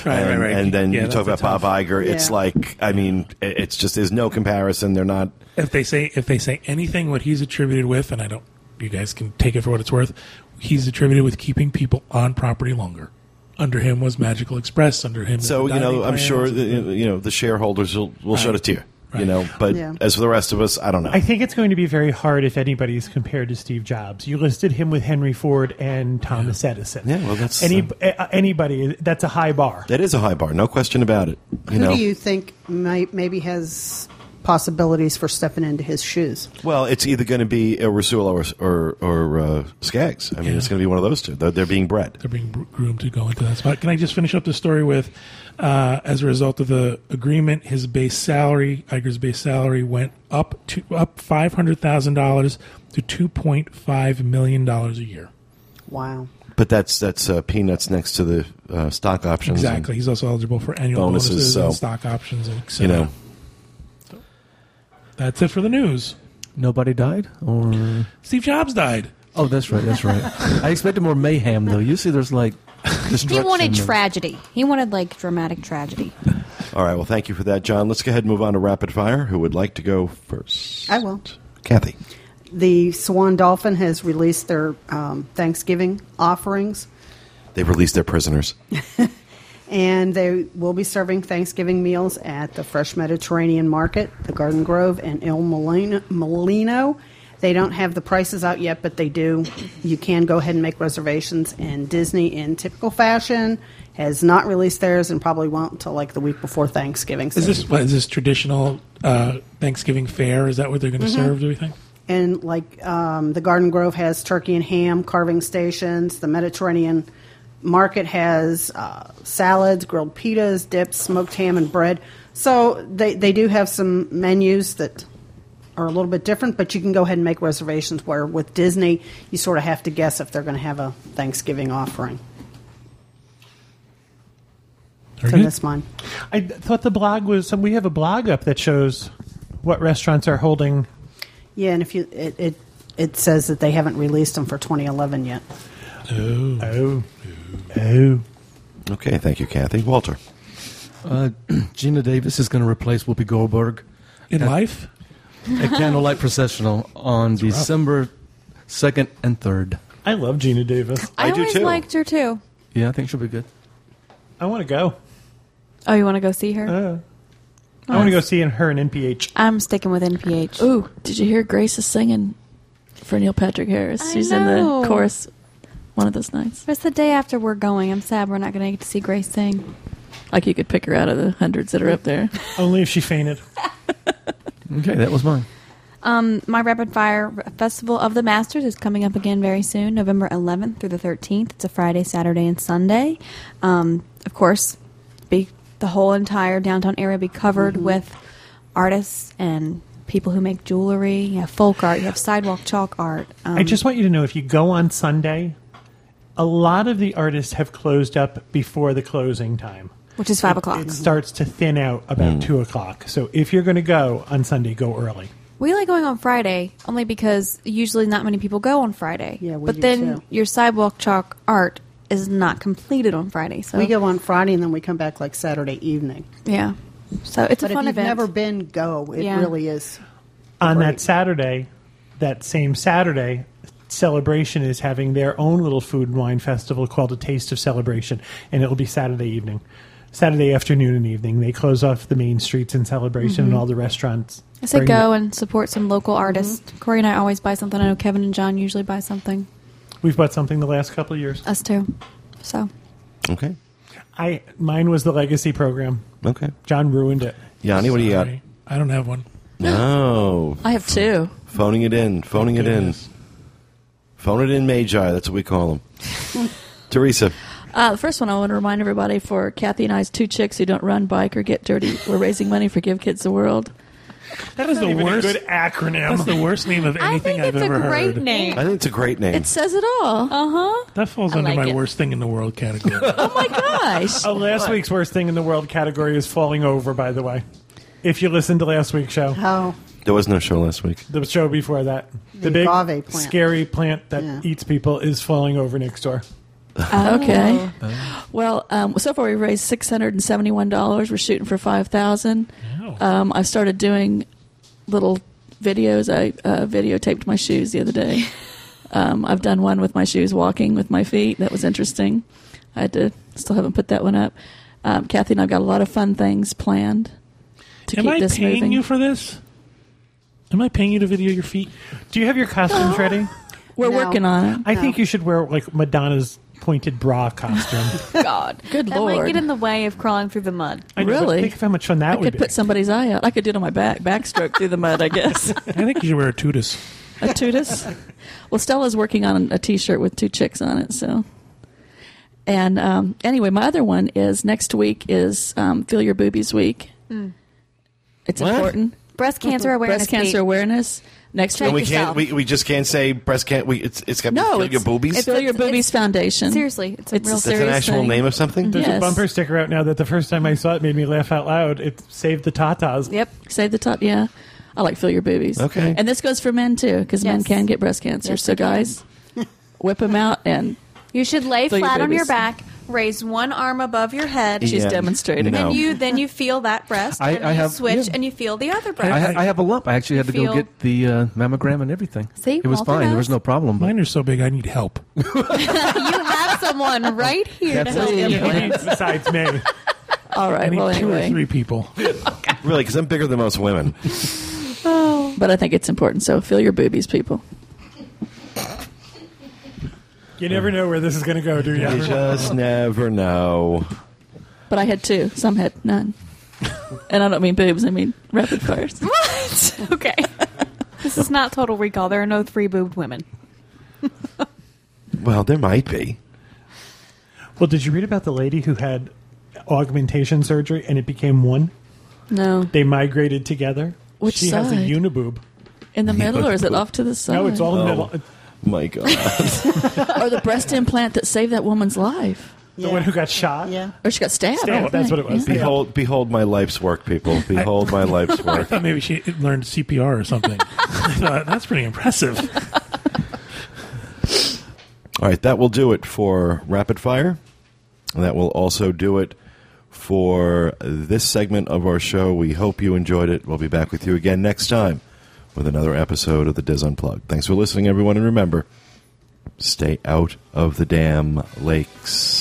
Speaker 6: Right,
Speaker 3: and, and then you talk about Bob Iger.
Speaker 7: Yeah.
Speaker 3: It's like I mean, it- it's just there's no comparison. They're not.
Speaker 6: If they say if they say anything what he's attributed with, and I don't, you guys can take it for what it's worth. He's attributed with keeping people on property longer. Under him was Magical Express. Under him, was
Speaker 3: So
Speaker 6: the
Speaker 3: you know,
Speaker 6: dining
Speaker 3: I'm
Speaker 6: plan.
Speaker 3: sure that, you know the shareholders will will shed a tear. You know, but
Speaker 7: Yeah.
Speaker 3: as for the rest of us, I don't know.
Speaker 5: I think it's going to be very hard if anybody's compared to Steve Jobs. You listed him with Henry Ford and Thomas Edison.
Speaker 3: Yeah, well, that's,
Speaker 5: Any,
Speaker 3: um,
Speaker 5: uh, anybody. That's a high bar.
Speaker 3: that is a high bar, no question about it. You
Speaker 7: Who
Speaker 3: know,
Speaker 7: do you think might, maybe has possibilities for stepping into his shoes?
Speaker 3: Well, it's either going to be a Rasulo or or, or uh, Skaggs. I mean, it's going to be one of those two. They're, they're being bred.
Speaker 6: they're being br- groomed to go into that spot. Can I just finish up the story with, uh, as a result of the agreement, his base salary, Iger's base salary, went up to up five hundred thousand dollars to two point five million dollars a year.
Speaker 7: Wow.
Speaker 3: But that's that's uh, peanuts next to the uh, stock options. and,
Speaker 6: Exactly. He's also eligible for annual
Speaker 3: Bonuses,
Speaker 6: bonuses, and
Speaker 3: so-
Speaker 6: stock options, and et
Speaker 3: you
Speaker 6: cetera.
Speaker 3: know,
Speaker 6: That's it for the news.
Speaker 4: Nobody died, or
Speaker 6: Steve Jobs died.
Speaker 4: oh, that's right, that's right. I expected more mayhem though. Usually, there's like
Speaker 8: He
Speaker 3: destruction.
Speaker 8: wanted tragedy. He wanted like dramatic tragedy.
Speaker 3: All right. Well, thank you for that, John. Let's go ahead and move on to rapid fire. Who would like to go first?
Speaker 7: I will.
Speaker 3: Kathy.
Speaker 7: The Swan Dolphin has released their um, Thanksgiving offerings,
Speaker 3: They've released their prisoners.
Speaker 7: and they will be serving Thanksgiving meals at the Fresh Mediterranean Market, the Garden Grove, and Il Molino. Molino. They don't have the prices out yet, but they do. You can go ahead and make reservations. And Disney, in typical fashion, has not released theirs and probably won't until like the week before Thanksgiving.
Speaker 6: Is this what is this traditional uh, Thanksgiving fare? Is that what they're going to
Speaker 7: Mhm.
Speaker 6: serve? Do we think?
Speaker 7: and like um, the Garden Grove has turkey and ham carving stations. The Mediterranean Market has uh, salads, grilled pitas, dips, smoked ham, and bread. So they they do have some menus that are a little bit different, but you can go ahead and make reservations. Where with Disney, you sort of have to guess if they're going to have a Thanksgiving offering.
Speaker 5: Very
Speaker 7: so
Speaker 5: good.
Speaker 7: that's mine.
Speaker 5: I thought the blog was some. We have a blog up that shows what restaurants are holding.
Speaker 7: Yeah, and if you it. it it says that they haven't released them for 2011 yet.
Speaker 6: Oh.
Speaker 5: Oh. Oh.
Speaker 3: Okay. Thank you, Kathy. Walter.
Speaker 10: Uh, Gina Davis is going to replace Whoopi Goldberg
Speaker 6: in
Speaker 10: at,
Speaker 6: life.
Speaker 10: At Candlelight Processional on
Speaker 5: rough.
Speaker 10: December second and third.
Speaker 5: I love Gina Davis.
Speaker 8: I, always liked her too.
Speaker 10: Yeah, I think she'll be good.
Speaker 5: I want to go.
Speaker 8: Oh, you want to go see her?
Speaker 3: Uh.
Speaker 5: I want to go see in her and NPH.
Speaker 8: I'm sticking with NPH.
Speaker 9: Ooh, did you hear Grace is singing for Neil Patrick Harris?
Speaker 8: I
Speaker 9: She's in
Speaker 8: know.
Speaker 9: the chorus one of those nights.
Speaker 8: It's the day after we're going. I'm sad we're not going to get to see Grace sing.
Speaker 9: Like you could pick her out of the hundreds that are up there.
Speaker 5: Only if she fainted.
Speaker 10: Okay, that was mine.
Speaker 8: Um, my Rapid Fire Festival of the Masters is coming up again very soon, November 11th through the 13th. It's a Friday, Saturday, and Sunday. Um, of course, be the whole entire downtown area be covered
Speaker 7: Mm-hmm.
Speaker 8: with artists and people who make jewelry. You have folk art. You have sidewalk chalk art. Um,
Speaker 5: I just want you to know if you go on Sunday, a lot of the artists have closed up before the closing time.
Speaker 8: which is
Speaker 5: It-
Speaker 8: five o'clock.
Speaker 5: It starts to thin out about two o'clock. So if you're going to go on Sunday, go early.
Speaker 8: We like going on Friday only because usually not many people go on Friday.
Speaker 7: Yeah, we
Speaker 8: but
Speaker 7: do
Speaker 8: then
Speaker 7: too.
Speaker 8: your sidewalk chalk art is not completed on Friday. So
Speaker 7: We go on Friday and then we come back like Saturday evening.
Speaker 8: yeah, so it's
Speaker 7: but
Speaker 8: a fun
Speaker 7: if you've
Speaker 8: event.
Speaker 7: never been, go. It
Speaker 8: Yeah.
Speaker 7: really is.
Speaker 5: on
Speaker 7: Right.
Speaker 5: that Saturday, that same Saturday, Celebration is having their own little food and wine festival called A Taste of Celebration, and it will be Saturday evening, Saturday afternoon and evening. They close off the main streets in Celebration and all the restaurants.
Speaker 8: I say
Speaker 5: bring
Speaker 8: Mm-hmm. go
Speaker 5: the-
Speaker 8: and support some local
Speaker 10: Mm-hmm.
Speaker 8: artists. Corey and I always buy something. I know Kevin and John usually buy something.
Speaker 5: We've bought something the last couple of years.
Speaker 8: Us too. So
Speaker 3: Okay.
Speaker 5: I mine was the legacy program.
Speaker 3: Okay.
Speaker 5: John ruined it.
Speaker 3: Yanni, what do you got?
Speaker 6: Sorry. I don't have one.
Speaker 3: No.
Speaker 9: I have two.
Speaker 3: Phoning it in. Phoning it in. Phone it in, Magi. That's what we call them. Teresa.
Speaker 9: Uh, the first one I want to remind everybody for Kathy and I's two chicks who don't run, bike, or get dirty. We're raising money for Give Kids the World.
Speaker 6: That is the worst.
Speaker 5: good acronym.
Speaker 6: That's the worst name of anything I've ever heard.
Speaker 8: name.
Speaker 3: I think it's a great name.
Speaker 9: It says it all.
Speaker 8: Uh huh.
Speaker 5: Uh-huh.
Speaker 6: That falls
Speaker 9: I
Speaker 6: under
Speaker 9: like
Speaker 6: my
Speaker 9: it.
Speaker 6: worst thing in the world
Speaker 9: (laughs)
Speaker 6: category.
Speaker 9: Oh my gosh.
Speaker 5: Oh, last week's worst thing in the world category is falling over. By the way, if you listened to last week's show,
Speaker 7: Oh,
Speaker 3: there was no show last week.
Speaker 5: the show before that. The,
Speaker 7: The
Speaker 5: big
Speaker 7: agave plant.
Speaker 5: scary plant that
Speaker 7: Yeah.
Speaker 5: eats people is falling over next door.
Speaker 8: Oh.
Speaker 9: Okay.
Speaker 6: Oh.
Speaker 9: Well, um, so far we've raised six hundred and seventy-one dollars. We're shooting for five thousand.
Speaker 6: Wow.
Speaker 9: Um, I started doing little videos. I uh, videotaped my shoes the
Speaker 8: (laughs)
Speaker 9: other day. Um, I've done one with my shoes walking with my feet. That was interesting. I had to still haven't put that one up. Um, Kathy and I've got a lot of fun things planned to
Speaker 6: Am
Speaker 9: keep
Speaker 6: I
Speaker 9: this
Speaker 6: paying
Speaker 9: moving.
Speaker 6: you for this? Am I paying you to video your feet?
Speaker 5: Do you have your costumes ready?
Speaker 9: We're
Speaker 7: No.
Speaker 9: working on it.
Speaker 5: I think you should wear like Madonna's pointed bra costume.
Speaker 8: God.
Speaker 9: Good
Speaker 8: that
Speaker 9: Lord.
Speaker 8: might get in the way of crawling through the mud.
Speaker 5: I know, but
Speaker 9: Really?
Speaker 5: Think of how much fun that
Speaker 9: I
Speaker 5: would
Speaker 9: could
Speaker 5: be.
Speaker 9: put somebody's eye out. I could do it on my back backstroke through the mud.
Speaker 6: (laughs)
Speaker 9: I guess.
Speaker 6: I think you should wear a tutus.
Speaker 9: a tutus. well, Stella's working on a T-shirt with two chicks on it. So, and um, anyway, my other one is next week is um, Feel Your Boobies Week.
Speaker 8: Mm.
Speaker 9: It's
Speaker 3: What?
Speaker 9: important.
Speaker 8: Breast cancer awareness.
Speaker 9: Breast cancer
Speaker 8: Week.
Speaker 9: awareness next
Speaker 8: Check
Speaker 9: week.
Speaker 3: we
Speaker 8: yourself.
Speaker 3: can't. We, we just can't say breast can't. We it's it's got
Speaker 9: no,
Speaker 3: to
Speaker 9: it's,
Speaker 3: your boobies.
Speaker 9: it's Feel Your
Speaker 8: It's-
Speaker 9: Boobies
Speaker 8: it's-
Speaker 9: Foundation.
Speaker 8: Seriously, it's a real
Speaker 9: a
Speaker 8: serious
Speaker 3: That's an actual
Speaker 9: thing.
Speaker 3: name of something.
Speaker 5: There's
Speaker 9: Yes.
Speaker 5: a bumper sticker out now that the first time I saw it made me laugh out loud. It saved the tatas.
Speaker 8: Yep.
Speaker 9: Save the top. Yeah, I like Feel Your Boobies.
Speaker 3: Okay.
Speaker 9: and this goes for men too because men
Speaker 8: Yes.
Speaker 9: can get breast cancer.
Speaker 8: Yes,
Speaker 9: so
Speaker 8: they can.
Speaker 9: guys, whip them out and
Speaker 8: You should lay
Speaker 9: Feel your
Speaker 8: flat on your
Speaker 9: boobies.
Speaker 8: back, raise one arm above your head.
Speaker 9: She's Yeah. demonstrating.
Speaker 8: Then
Speaker 10: No.
Speaker 8: you then you feel that breast.
Speaker 10: Oh. I-
Speaker 8: and
Speaker 10: I
Speaker 8: you
Speaker 10: have-
Speaker 8: switch
Speaker 10: yeah.
Speaker 8: and you feel the other breast.
Speaker 10: I, I have a lump. I actually had to
Speaker 8: Feel-
Speaker 10: go get the uh, mammogram and everything.
Speaker 8: See,
Speaker 10: it was
Speaker 8: Walter
Speaker 10: fine.
Speaker 8: knows.
Speaker 10: There was no problem.
Speaker 6: Mine are so big, I need help.
Speaker 8: you
Speaker 10: (laughs)
Speaker 8: have someone right here to
Speaker 10: That's
Speaker 8: help
Speaker 10: it.
Speaker 8: you.
Speaker 6: Besides me,
Speaker 9: All
Speaker 6: I
Speaker 9: right.
Speaker 6: need
Speaker 9: Well,
Speaker 6: two or
Speaker 9: anyway,
Speaker 6: three people. (laughs)
Speaker 3: Really, because I'm bigger than most women.
Speaker 9: but I think it's important. So feel your boobies, people.
Speaker 6: You never know where this is going to go, do you?
Speaker 3: You just never know.
Speaker 9: But I had two. Some had none. and I don't mean boobs. I mean rapid fires.
Speaker 8: (laughs) What? (laughs) Okay. This is not total recall. There are no three boobed women.
Speaker 3: Well, there might be.
Speaker 5: Well, did you read about the lady who had augmentation surgery and it became one?
Speaker 9: No.
Speaker 5: They migrated together.
Speaker 9: Which
Speaker 5: she has a
Speaker 9: side?
Speaker 5: uniboob.
Speaker 9: In the middle, or is it off to the side?
Speaker 5: No, it's all in the middle.
Speaker 3: My God.
Speaker 9: Or the breast implant that saved that woman's life.
Speaker 5: The one who got shot.
Speaker 7: Yeah.
Speaker 9: Or she got stabbed.
Speaker 5: Stabbed,
Speaker 9: I
Speaker 5: that's
Speaker 9: think.
Speaker 5: what it was.
Speaker 9: Yeah.
Speaker 3: (laughs) behold, behold my life's work, people. Behold my life's (laughs)
Speaker 6: I
Speaker 3: work.
Speaker 6: thought maybe she learned CPR or something. (laughs) I thought, That's pretty impressive.
Speaker 3: All right, that will do it for rapid fire. And That will also do it for this segment of our show. We hope you enjoyed it. We'll be back with you again next time with another episode of the Diz Unplugged. Thanks for listening, everyone, and remember, stay out of the damn lakes.